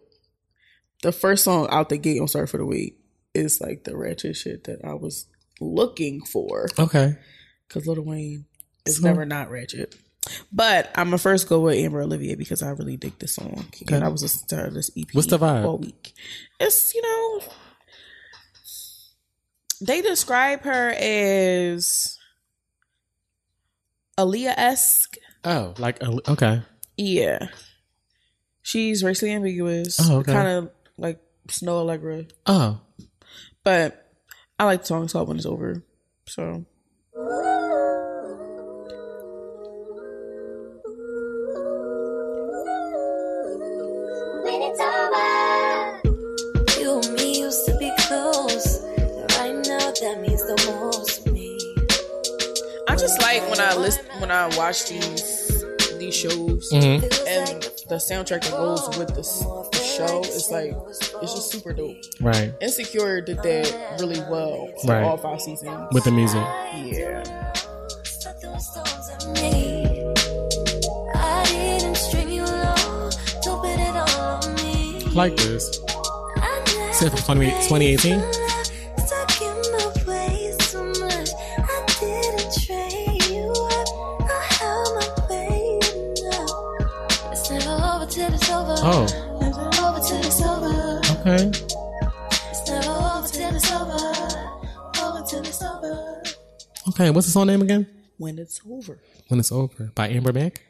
Speaker 1: the first song out the gate on Sorry for the Wait is like the ratchet shit that I was looking for.
Speaker 2: okay.
Speaker 1: Because Lil Wayne is never not ratchet. But I'm gonna first go with Amber Olivia because I really dig this song. And I was listening to this EP
Speaker 2: What's the vibe?
Speaker 1: all week. It's you know they describe her as Aaliyah esque.
Speaker 2: Oh, like uh, okay.
Speaker 1: Yeah. She's racially ambiguous.
Speaker 2: Oh, okay.
Speaker 1: Kind of like Snow Allegra.
Speaker 2: Oh,
Speaker 1: But I like the song it's called When It's Over. So
Speaker 4: When it's over, you and me used to be close. Right now, that means the most to me.
Speaker 1: I just like when I listen when I watch these these shows
Speaker 2: Mhm.
Speaker 1: and the soundtrack that goes with the, s- the show. It's like it's just super dope.
Speaker 2: right.
Speaker 1: Insecure did that really well for
Speaker 2: Right.
Speaker 1: all five seasons.
Speaker 2: With the music.
Speaker 1: yeah,
Speaker 4: Stuck those stones at me. I didn't string you along. Don't put it all on me.
Speaker 2: Like this.
Speaker 4: I
Speaker 2: Except
Speaker 4: never
Speaker 2: for 20
Speaker 4: played
Speaker 2: 2018?
Speaker 4: for love. Stuck in my ways so much. I didn't train you up. I held my pain up. It's never over till it's over.
Speaker 2: Oh.
Speaker 4: Never over till it's over.
Speaker 2: Okay.
Speaker 4: It's never over till it's over. Over till it's over.
Speaker 2: Okay. What's the song name again?
Speaker 1: when it's over.
Speaker 2: When it's over by Amber Beck.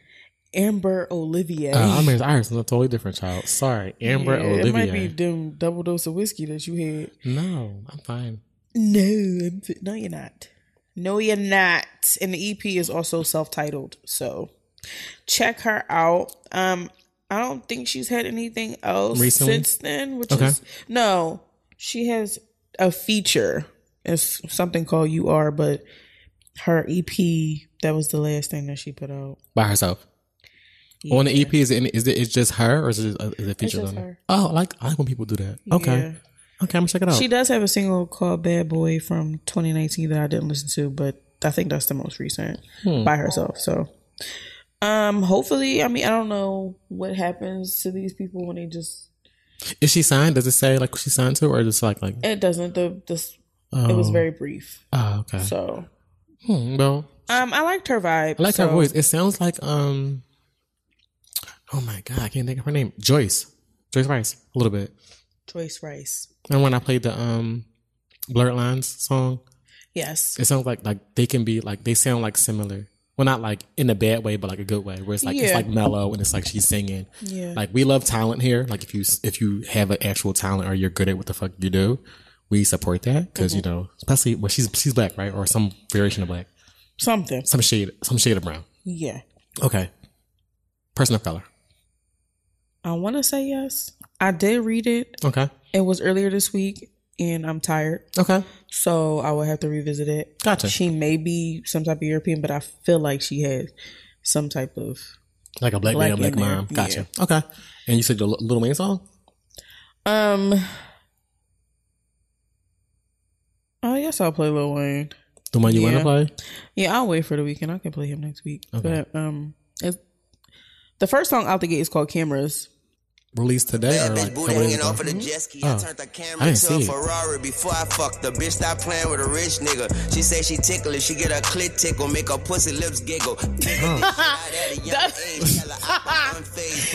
Speaker 1: Amber Olivia.
Speaker 2: Uh, I mean, ours is a totally different child. Sorry, Amber
Speaker 1: Yeah,
Speaker 2: Olivia.
Speaker 1: It might be them double dose of whiskey that you had.
Speaker 2: No, I'm fine.
Speaker 1: No, I'm fi- no, you're not. No, you're not. And the EP is also self-titled, so check her out. Um, I don't think she's had anything else
Speaker 2: Recently?
Speaker 1: since then. Which
Speaker 2: Okay.
Speaker 1: is no, she has a feature. It's something called "You Are," but her EP that was the last thing that she put out.
Speaker 2: By herself. On the E EP, is it, is it is just her or is it, is it featured
Speaker 1: just her.
Speaker 2: on her? Oh, I like I like when people do that. Okay,
Speaker 1: Yeah.
Speaker 2: okay, I'm gonna check it out.
Speaker 1: She does have a single called Bad Boy from 2019 that I didn't listen to, but I think that's the most recent
Speaker 2: Hmm.
Speaker 1: by herself. So um hopefully, I mean, I don't know what happens to these people when they just
Speaker 2: is she signed? Does it say like she signed to, or is it like like?
Speaker 1: it doesn't the this it was
Speaker 2: oh.
Speaker 1: very brief.
Speaker 2: Oh, okay.
Speaker 1: So
Speaker 2: Hmm, well,
Speaker 1: um I liked her vibe.
Speaker 2: I like
Speaker 1: so,
Speaker 2: her voice. It sounds like um. Oh my god, I can't think of her name. Joyce, Joyce Rice, a little bit.
Speaker 1: Joyce Rice.
Speaker 2: And when I played the um, Blurred Lines song,
Speaker 1: Yes.
Speaker 2: it sounds like like they can be like they sound like similar. Well, not like in a bad way, but like a good way, where it's like it's
Speaker 1: Yeah.
Speaker 2: like mellow and it's like she's singing.
Speaker 1: Yeah.
Speaker 2: Like we love talent here. Like if you if you have an actual talent or you're good at what the fuck you do, we support that because you know, especially well she's she's black, right, or some variation of black,
Speaker 1: Something.
Speaker 2: some shade some shade of brown.
Speaker 1: Yeah.
Speaker 2: Okay, person of color.
Speaker 1: I want to say yes. I did read it.
Speaker 2: Okay,
Speaker 1: It was earlier this week and I'm tired.
Speaker 2: okay,
Speaker 1: So I will have to revisit it.
Speaker 2: gotcha.
Speaker 1: She may be some type of European, but I feel like she has some type of
Speaker 2: like a black,
Speaker 1: Black
Speaker 2: man, black
Speaker 1: in there,
Speaker 2: mom. Gotcha. Okay, and you said the Little Wayne song.
Speaker 1: um. oh, I guess I'll play Lil Wayne.
Speaker 2: The one you
Speaker 1: Yeah.
Speaker 2: want to play?
Speaker 1: Yeah, I'll wait for the weekend. I can play him next week. But um, it's, the first song out the gate is called "Cameras."
Speaker 2: Released today or
Speaker 6: That
Speaker 2: like a
Speaker 6: bitch booty
Speaker 2: couple days
Speaker 6: hanging
Speaker 2: ago?
Speaker 6: off of the jet ski.
Speaker 2: Oh.
Speaker 6: I turned the
Speaker 2: I
Speaker 6: camera
Speaker 2: didn't
Speaker 6: to a
Speaker 2: see it.
Speaker 6: Ferrari before I fucked the bitch. Stop playing with a rich nigga. She say she ticklish. She get her clit tickle, make her pussy lips giggle.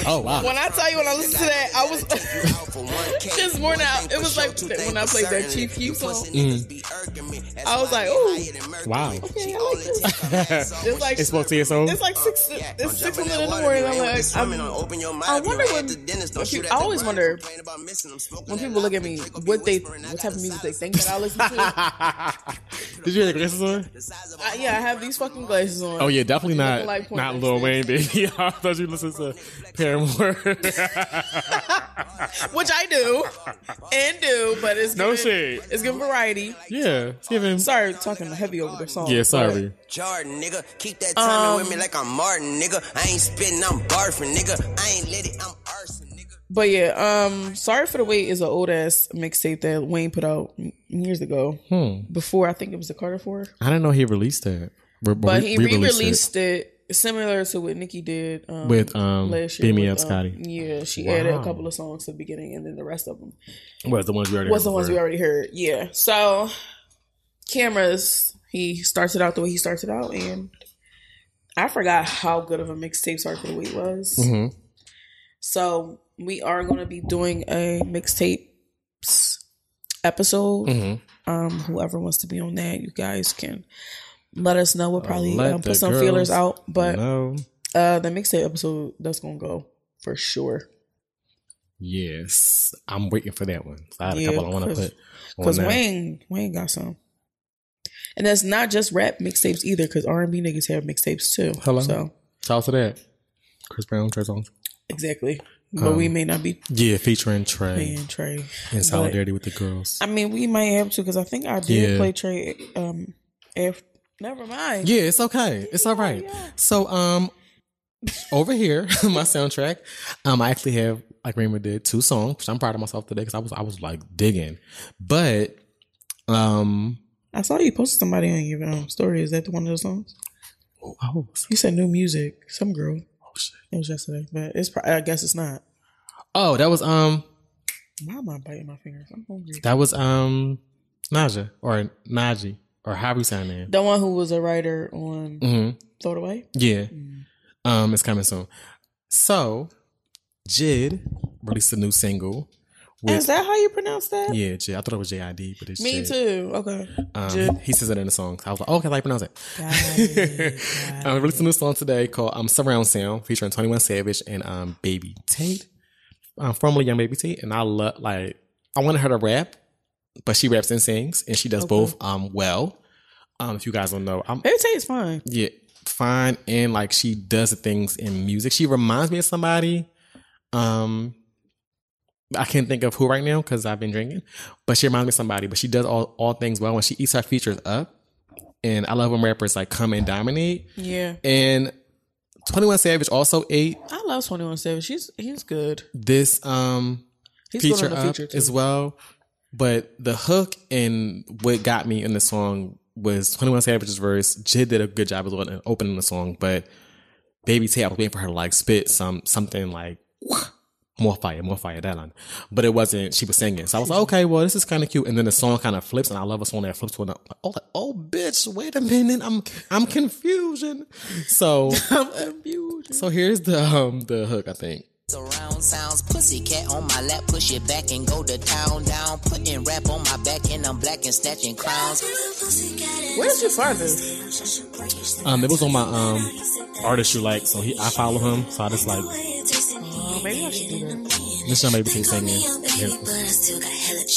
Speaker 2: Oh wow!
Speaker 1: When I tell you, when I listen to that, I was
Speaker 6: This
Speaker 1: morning, I- it was like that when I played that Chief Keef song.
Speaker 6: Mm.
Speaker 1: I was like, ooh.
Speaker 2: Wow.
Speaker 1: okay. I like this. It's like
Speaker 2: It's supposed to be so.
Speaker 1: it's like six it's six something in the morning. I'm like I'm,
Speaker 6: I
Speaker 1: wonder when- if you- I always wonder when people look at me, what they what type of music they think that I listen to.
Speaker 2: Did you hear the glasses on?
Speaker 1: I, yeah, I have these fucking glasses on.
Speaker 2: Oh yeah, definitely not
Speaker 1: like porn
Speaker 2: not
Speaker 1: next
Speaker 2: Lil Wayne, baby. I thought you listened to Paramore.
Speaker 1: which I do and do, but it's
Speaker 2: No
Speaker 1: giving,
Speaker 2: shade.
Speaker 1: It's giving variety.
Speaker 2: yeah, it's giving.
Speaker 1: Sorry, talking heavy over the song.
Speaker 2: Yeah, sorry.
Speaker 6: Jordan, nigga. Keep that timing with me
Speaker 1: Um,
Speaker 6: like I'm Martin, nigga. I ain't spitting, I'm barfing, nigga. I ain't let it, I'm arson, nigga.
Speaker 1: But yeah, um, sorry for the wait is an old ass mixtape that
Speaker 2: Hmm.
Speaker 1: Wayne put out m- years ago. Before I think it was the Carter Four.
Speaker 2: I didn't know he released that. Re-
Speaker 1: But
Speaker 2: re-
Speaker 1: he
Speaker 2: re-released it
Speaker 1: re-released it. similar to what Nikki did um,
Speaker 2: with um
Speaker 1: last year.
Speaker 2: Beam Me Up,
Speaker 1: with, um,
Speaker 2: Scotty.
Speaker 1: yeah, she added a
Speaker 2: Wow.
Speaker 1: couple of songs to the beginning, and then the rest of them
Speaker 2: Was the ones we already
Speaker 1: was um, the
Speaker 2: heard
Speaker 1: ones we
Speaker 2: before.
Speaker 1: already heard. Yeah. So cameras, he started out the way he started out, and I forgot how good of a mixtape start for the week was.
Speaker 2: Mhm.
Speaker 1: So we are going to be doing a mixtapes episode.
Speaker 2: Mhm.
Speaker 1: Um, whoever wants to be on that, you guys can let us know. We'll probably
Speaker 2: Uh, let
Speaker 1: um,
Speaker 2: the
Speaker 1: put some
Speaker 2: girls
Speaker 1: feelers out, but
Speaker 2: no.
Speaker 1: uh, the mixtape episode that's gonna go for sure.
Speaker 2: Yes, I'm waiting for that one. I had
Speaker 1: Yeah,
Speaker 2: a couple I want to
Speaker 1: 'cause-
Speaker 2: put. on
Speaker 1: Cause
Speaker 2: there.
Speaker 1: Wayne, Wayne got some, and that's not just rap mixtapes either. Cause R and B niggas have mixtapes too.
Speaker 2: Hello.
Speaker 1: So
Speaker 2: Shout out to that. Chris Brown, Trey Songz.
Speaker 1: exactly, but we may not be
Speaker 2: Yeah, featuring Trey
Speaker 1: playing Trey.
Speaker 2: in solidarity with the girls.
Speaker 1: I mean, we might have to. Cause I think I did
Speaker 2: Yeah.
Speaker 1: play Trey. Um, after, never mind.
Speaker 2: yeah, it's okay. It's all right. So, um, over here, my soundtrack, um, I actually have like Rima did two songs, which I'm proud of myself today because I was I was like digging, but um,
Speaker 1: I saw you posted somebody on your um, story. Is that the one of those songs?
Speaker 2: oh, I was-
Speaker 1: You said new music. Some girl. Oh shit. It was yesterday, but it's. Pro- I guess it's not.
Speaker 2: oh, that was um,
Speaker 1: Why am I biting my fingers? I'm hungry.
Speaker 2: that was um, Naja or Naji or how we sign in.
Speaker 1: The one who was a writer on
Speaker 2: Mm-hmm.
Speaker 1: Throw It Away.
Speaker 2: Yeah.
Speaker 1: Mm.
Speaker 2: Um, it's coming soon. So, Jid released a new single.
Speaker 1: Is that how you pronounce that?
Speaker 2: Yeah, Jid. I thought it was JID, but it's
Speaker 1: Me
Speaker 2: Jid.
Speaker 1: too. Okay.
Speaker 2: Um,
Speaker 1: Jid.
Speaker 2: He says it in the song. I was like, oh, okay, I pronounce it. I released a new song today called um, Surround Sound featuring 21 Savage and um, Baby Tate. Um, formerly Young Baby Tate. And I love, like, I wanted her to rap, but she raps and sings, and she does both um, well. Um, if you guys don't know, I'm,
Speaker 1: Baby Tate's fine.
Speaker 2: yeah, fine. And like she does the things in music. She reminds me of somebody. Um I can't think of who right now because I've been drinking. But she reminds me of somebody. But she does all, all things well when she eats her features up. And I love when rappers like come and dominate.
Speaker 1: Yeah.
Speaker 2: And 21 Savage also ate
Speaker 1: I love 21 Savage. He's he's good.
Speaker 2: this um
Speaker 1: He's good
Speaker 2: feature
Speaker 1: on the
Speaker 2: up
Speaker 1: feature too.
Speaker 2: as well. But the hook and what got me in the song was 21 Savage's verse. Jid did a good job as well in opening the song, but Baby Tay, I was waiting for her to like spit some something like more fire, more fire, that line. But it wasn't, she was singing. So I was like, okay, well, this is kind of cute. And then the song kind of flips, and I love a song that flips to another. Oh, like, oh, bitch, wait a minute. I'm I'm confusion. So I'm confused. So here's the um the hook, I think.
Speaker 7: Surround sounds, pussycat on my lap, push it back and go to town down. Putting rap on my back and I'm black and snatching clowns.
Speaker 1: Where did you find this?
Speaker 2: Um, it was on my um artist you like, so he I follow him, so I just like
Speaker 1: Oh, maybe I should do that.
Speaker 2: this young baby keep singing. Yeah.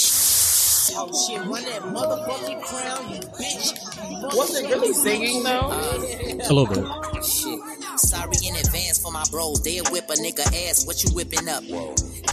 Speaker 7: Oh shit, run that motherfucking crown, you bitch.
Speaker 1: Wasn't really singing though.
Speaker 2: A little bit.
Speaker 7: Shit. Sorry in advance for my bros. They'll whip a nigga ass. What you whipping up?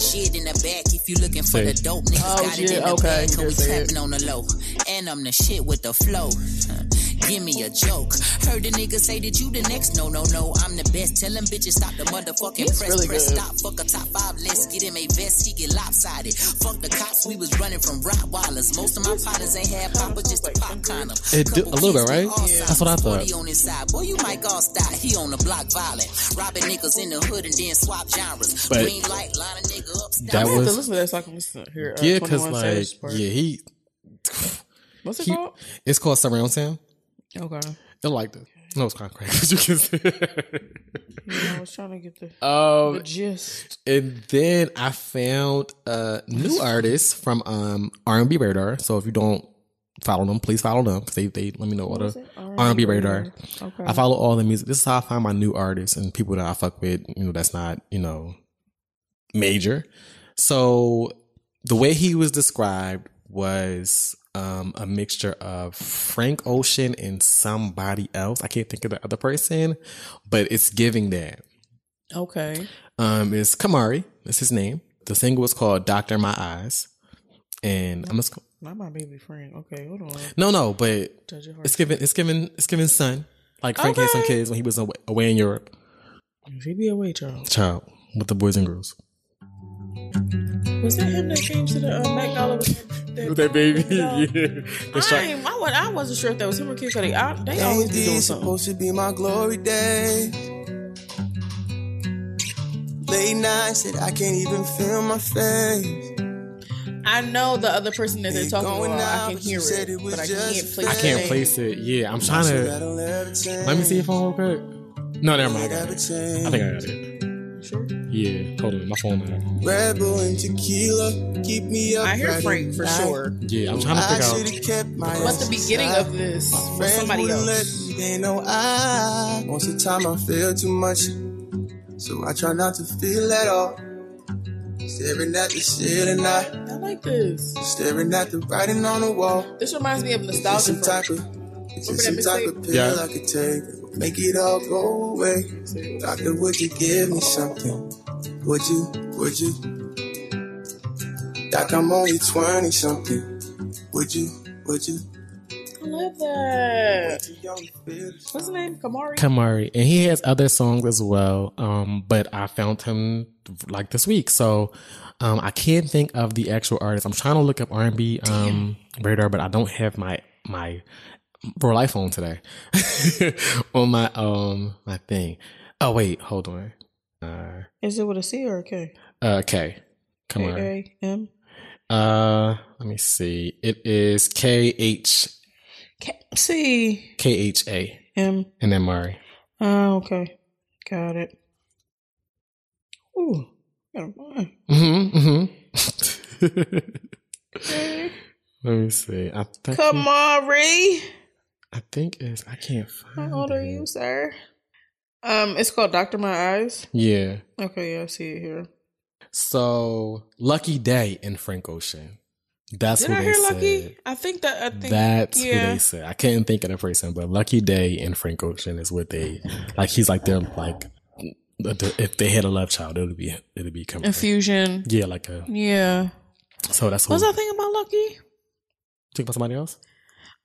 Speaker 7: Shit in the back if you looking for the
Speaker 2: Say.
Speaker 7: dope. Niggas
Speaker 1: Oh,
Speaker 7: got
Speaker 1: shit,
Speaker 7: it in the
Speaker 1: okay,
Speaker 7: bag.
Speaker 1: you
Speaker 7: Cause
Speaker 1: did
Speaker 7: we
Speaker 1: say it.
Speaker 7: tapping on the low. And I'm the shit with the flow. Huh. Give me a joke. Heard the nigga say that you the next. No, no, no. I'm the best. Tell them bitches stop the motherfucking press.
Speaker 1: really
Speaker 7: press
Speaker 1: good.
Speaker 7: stop. Fuck a top five. Let's get him a vest. He get lopsided. Fuck the cops. We was running from Rottweilers. Most of my partners ain't had popper just to pop condom.
Speaker 2: It do- a little bit, right? Yeah. That's what I thought.
Speaker 7: Forty on his side. Boy, you might all style. He on the block violent. Robbing niggas in the hood and then swap genres.
Speaker 2: But
Speaker 7: Green light, line a nigga up.
Speaker 2: That
Speaker 7: stop
Speaker 1: I have to
Speaker 2: was
Speaker 1: listen to that so I can listen to here. Uh,
Speaker 2: yeah, cause
Speaker 1: 21
Speaker 2: like
Speaker 1: Savage part.
Speaker 2: yeah, he,
Speaker 1: What's it
Speaker 2: he
Speaker 1: called?
Speaker 2: it's called surround sound.
Speaker 1: Okay.
Speaker 2: I liked it. No, it's concrete. Cause you can see.
Speaker 1: I was trying to get the, the
Speaker 2: um,
Speaker 1: gist.
Speaker 2: and then I found a new artist from um R and B Radar. So if you don't follow them, please follow them. 'cause they they let me know all the R and B Radar.
Speaker 1: Okay.
Speaker 2: I follow all the music. This is how I find my new artists and people that I fuck with. You know, that's not you know major. So the way he was described was um, a mixture of Frank Ocean and somebody else. I can't think of the other person, but it's giving that.
Speaker 1: okay.
Speaker 2: Um, it's Kamari. That's his name. The single is called "Doctor My Eyes," and I'm just
Speaker 1: Not my baby friend. Okay, hold on.
Speaker 2: no, no, but
Speaker 1: Judge your heart.
Speaker 2: it's giving, it's giving, it's giving son. Like Frank had some kids when he was away, away in Europe.
Speaker 1: She be away, y'all.
Speaker 2: child with the boys and girls.
Speaker 1: Was that him that came to the uh, Met Gala with that,
Speaker 2: With that baby,
Speaker 1: No.
Speaker 2: yeah. The
Speaker 1: I,
Speaker 2: shark.
Speaker 1: ain't- I, wa- I wasn't sure if that was him or Kid Cudi. I, they always be doing
Speaker 8: Day's
Speaker 1: something.
Speaker 8: supposed to be my glory day. Late nights that I can't even feel my face.
Speaker 1: I know the other person that they're
Speaker 8: Ain't
Speaker 1: talking
Speaker 8: going
Speaker 1: about.
Speaker 8: out,
Speaker 1: I can
Speaker 8: but
Speaker 1: hear
Speaker 8: you said
Speaker 1: it,
Speaker 8: it was
Speaker 1: but I can't
Speaker 8: just
Speaker 1: place
Speaker 8: a
Speaker 2: I
Speaker 1: it.
Speaker 2: can't place it. Yeah, I'm trying
Speaker 8: So
Speaker 2: to.
Speaker 8: that'll never change.
Speaker 2: Let me see if I'm real quick. No, never mind. I got
Speaker 8: Never
Speaker 2: it.
Speaker 8: change.
Speaker 2: I think I got it. Sure. Yeah, hold on. My phone. uh, now.
Speaker 8: Red Bull and tequila keep me up.
Speaker 1: I hear
Speaker 8: right
Speaker 1: Frank
Speaker 8: at
Speaker 1: for
Speaker 8: night.
Speaker 1: sure.
Speaker 2: Yeah, I'm trying to
Speaker 8: I
Speaker 2: figure out.
Speaker 8: should have kept my
Speaker 1: But the beginning of this was somebody else.
Speaker 8: They know I most of the time I feel too much, so I try not to feel at all. Staring at the ceiling, I
Speaker 1: I like this.
Speaker 8: staring at the writing on the wall.
Speaker 1: This reminds me of
Speaker 8: Is
Speaker 1: nostalgia.
Speaker 8: this some
Speaker 1: From,
Speaker 8: type of, is this some
Speaker 1: Remember that
Speaker 8: type of pill
Speaker 2: Yeah.
Speaker 8: I could take? Make it all go away. Doctor, would you give me something? Would you? Would you? Doc, I'm only 20 something. Would you? Would you?
Speaker 1: I love that.
Speaker 8: Too young to feel this.
Speaker 1: What's his name? Kamari.
Speaker 2: Kamari, and he has other songs as well. Um, but I found him like this week, so um, I can't think of the actual artist. I'm trying to look up R&B um radar, but I don't have my my real life phone today on my um my thing. Oh wait, hold on. Uh,
Speaker 1: Is it with a C or a K?
Speaker 2: okay, Kamari.
Speaker 1: A M.
Speaker 2: Uh, let me see. It is K H
Speaker 1: K C
Speaker 2: K H A
Speaker 1: M.
Speaker 2: and then Mari.
Speaker 1: Oh, okay. Got it. Ooh. Never mind.
Speaker 2: Mm-hmm. mm-hmm.
Speaker 1: mm-hmm.
Speaker 2: Let me see. I think
Speaker 1: Kamari.
Speaker 2: I think it's I can't find.
Speaker 1: How old are
Speaker 2: it.
Speaker 1: you, sir? Um, it's called Doctor My Eyes.
Speaker 2: Yeah.
Speaker 1: Okay, yeah, I see it here.
Speaker 2: So Lucky Day in Frank Ocean. That's
Speaker 1: Did
Speaker 2: what
Speaker 1: I
Speaker 2: they
Speaker 1: hear
Speaker 2: said.
Speaker 1: Lucky? I think that I think
Speaker 2: That's what
Speaker 1: yeah.
Speaker 2: they said. I couldn't think of the person, but Lucky Day and Frank Ocean is what they like. He's like them. Like if they had a love child, it would be it would be coming.
Speaker 1: Infusion.
Speaker 2: Yeah, like a.
Speaker 1: Yeah.
Speaker 2: So that's what.
Speaker 1: Was I thinking about Lucky?
Speaker 2: Think about somebody else.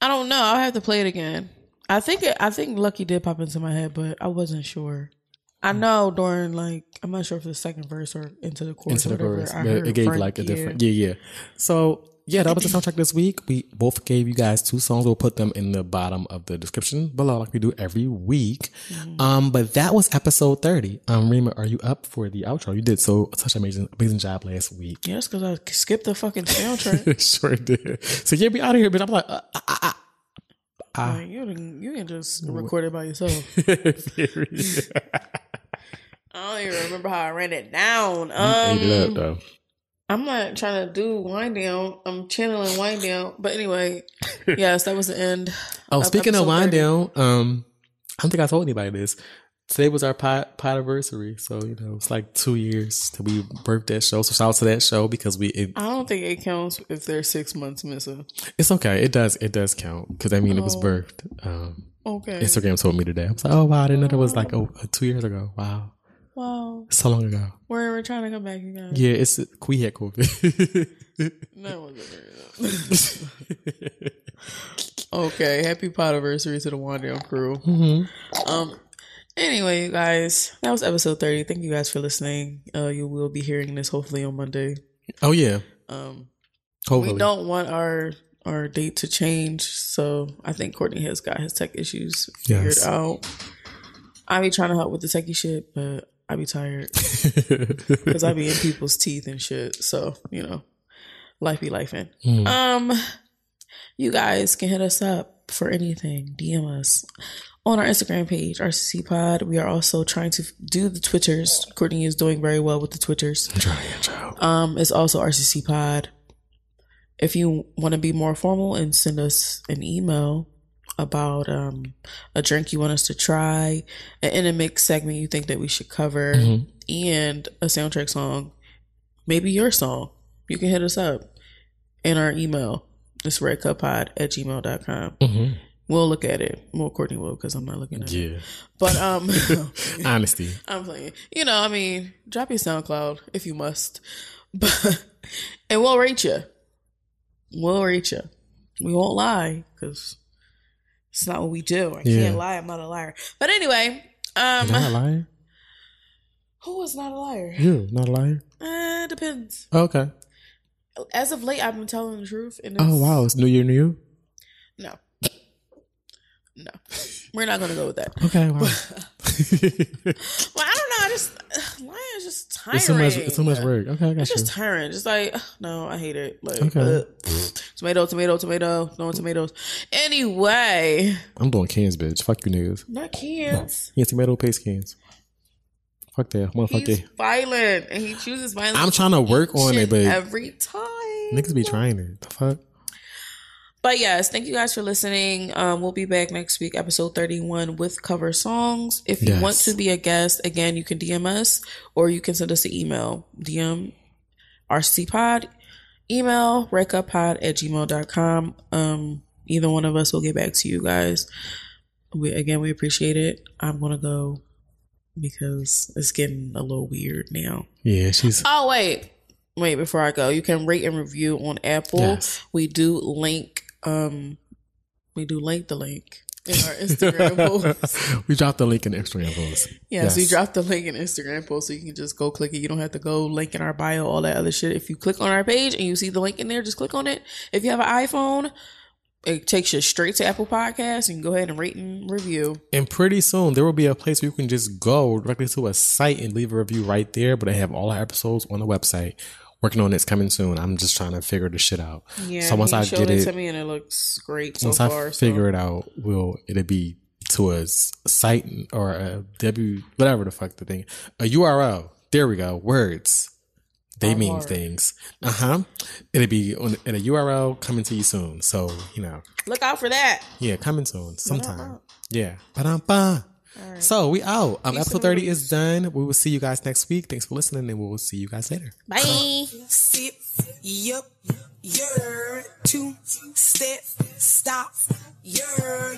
Speaker 1: I don't know. I'll have to play it again. I think it, I think Lucky did pop into my head, but I wasn't sure.
Speaker 2: Mm.
Speaker 1: I know during like I'm not sure if the second verse or into the chorus.
Speaker 2: into the
Speaker 1: or whatever,
Speaker 2: chorus.
Speaker 1: I
Speaker 2: but
Speaker 1: heard
Speaker 2: it gave
Speaker 1: Frank,
Speaker 2: like a
Speaker 1: yeah.
Speaker 2: different. Yeah, yeah. So yeah, that was the soundtrack this week. We both gave you guys two songs. We'll put them in the bottom of the description below, like we do every week.
Speaker 1: Mm-hmm.
Speaker 2: Um, but that was episode thirty. Um, Rima, are you up for the outro? You did so such an amazing, amazing job last week.
Speaker 1: Yeah, that's because I skipped the fucking soundtrack.
Speaker 2: sure did. So yeah, be out of here, bitch. I'm like, uh, uh, uh, uh.
Speaker 1: Like, you didn't, you didn't just record it by yourself.
Speaker 2: Period.
Speaker 1: I don't even remember how I ran it down.
Speaker 2: Ate it up
Speaker 1: Um,
Speaker 2: though.
Speaker 1: I'm not trying to do wind down. I'm channeling wind down. But anyway, yes, that was the end.
Speaker 2: Oh,
Speaker 1: of
Speaker 2: speaking of
Speaker 1: episode
Speaker 2: wind
Speaker 1: 30.
Speaker 2: down, um, I don't think I told anybody this. Today was our pot anniversary, so you know it's like two years that we birthed that show. So shout out to that show because we it,
Speaker 1: I don't think it counts if there's six months missing.
Speaker 2: it's okay. It does it does count because I mean it
Speaker 1: Oh.
Speaker 2: was birthed. Um,
Speaker 1: Okay.
Speaker 2: Instagram told me today. I was like, oh wow, I didn't know that was like oh, two years ago. Wow,
Speaker 1: wow.
Speaker 2: so long ago.
Speaker 1: We're, we're trying to come back again.
Speaker 2: Yeah, it's we had COVID.
Speaker 1: No one's gonna hear that. okay. Happy Potterversary to the wind down crew.
Speaker 2: Mm-hmm.
Speaker 1: Um. Anyway, you guys, that was episode thirty. Thank you guys for listening. Uh, you will be hearing this hopefully on Monday.
Speaker 2: oh yeah,
Speaker 1: Um.
Speaker 2: hopefully.
Speaker 1: We don't want our our date to change, so I think Courtney has got his tech issues figured
Speaker 2: Yes.
Speaker 1: out. I be trying to help with the techie shit, but I be tired because I be in people's teeth and shit. So you know, life be life in.
Speaker 2: Mm.
Speaker 1: Um, you guys can hit us up for anything. DM us on our Instagram page, RCC Pod. We are also trying to do the Twitters. Courtney is doing very well with the Twitters. Um, it's also RCC Pod. If you want to be more formal and send us an email about um, a drink you want us to try, an intermix segment you think that we should cover, and a soundtrack song, maybe your song, you can hit us up in our email. It's redcuppod at gmail.com.
Speaker 2: Mhm.
Speaker 1: We'll look at it. Well, Courtney will because I'm not looking at it.
Speaker 2: Yeah,
Speaker 1: But um,
Speaker 2: mm-hmm. honesty.
Speaker 1: I'm playing. You know, I mean, drop your SoundCloud if you must, but and we'll rate you. We'll rate you. We won't lie because it's not what we do. I
Speaker 2: Yeah.
Speaker 1: can't lie. I'm not a liar. But anyway,
Speaker 2: Am I
Speaker 1: um,
Speaker 2: lying?
Speaker 1: Who is not a liar?
Speaker 2: You not a liar? Oh,
Speaker 1: Uh, depends.
Speaker 2: Okay.
Speaker 1: As of late, I've been telling the truth. And it's,
Speaker 2: Oh wow, it's New Year, New You.
Speaker 1: No. No. We're not going to go with that.
Speaker 2: Okay. Wow.
Speaker 1: Well, I don't know. I just, lying is just tiring.
Speaker 2: it's so much. It's so much work. Okay, I got
Speaker 1: It's
Speaker 2: you.
Speaker 1: just tiring. Just like, ugh, no, I hate it. Like,
Speaker 2: Okay.
Speaker 1: ugh, pfft. tomato, tomato, tomato. No more tomatoes. Anyway,
Speaker 2: I'm doing cans, bitch. Fuck you niggas.
Speaker 1: not kids.
Speaker 2: Yeah, tomato paste cans. Fuck that. Motherfuck
Speaker 1: He's
Speaker 2: that.
Speaker 1: violent, and he chooses violence.
Speaker 2: I'm trying to work on it,
Speaker 1: shit
Speaker 2: but
Speaker 1: every time.
Speaker 2: niggas be trying it. The fuck?
Speaker 1: But yes, thank you guys for listening. Um, we'll be back next week, episode 31, with cover songs. If you
Speaker 2: Yes.
Speaker 1: want to be a guest, again, you can DM us or you can send us an email. DM rcpod, email recapod at gmail.com. Um, either one of us will get back to you guys. We Again, we appreciate it. I'm going to go because it's getting a little weird now.
Speaker 2: Yeah, she's.
Speaker 1: Oh wait, wait! Before I go, you can rate and review on Apple.
Speaker 2: Yes.
Speaker 1: We do link. Um, we do link the link in our Instagram post.
Speaker 2: we dropped the link in the Instagram post.
Speaker 1: Yes, we
Speaker 2: Yes.
Speaker 1: dropped the link in Instagram post, so you can just go click it. You don't have to go link in our bio, all that other shit. If you click on our page and you see the link in there, just click on it. If you have an iPhone. It takes you straight to Apple Podcasts. You can go ahead and rate and review.
Speaker 2: And pretty soon there will be a place where you can just go directly to a site and leave a review right there. But I have all our episodes on the website. Working on it's coming soon. I'm just trying to figure this shit out.
Speaker 1: Yeah,
Speaker 2: so once
Speaker 1: he
Speaker 2: I
Speaker 1: showed
Speaker 2: get
Speaker 1: it,
Speaker 2: it,
Speaker 1: to me, and it looks great so
Speaker 2: once
Speaker 1: far.
Speaker 2: I
Speaker 1: so-
Speaker 2: figure it out, will it'll be to a s- site or a w whatever the fuck the thing a URL. There we go. Words. They mean things. Uh huh. It'll be on in a URL coming to you soon. So you know,
Speaker 1: Look out for that.
Speaker 2: yeah, coming soon sometime. Yeah. Ba-dum-ba. So we out. Um, episode thirty is done. We will see you guys next week. Thanks for listening, and we will see you guys later.
Speaker 1: Bye.
Speaker 5: sip, yep, you're two step, stop, you're.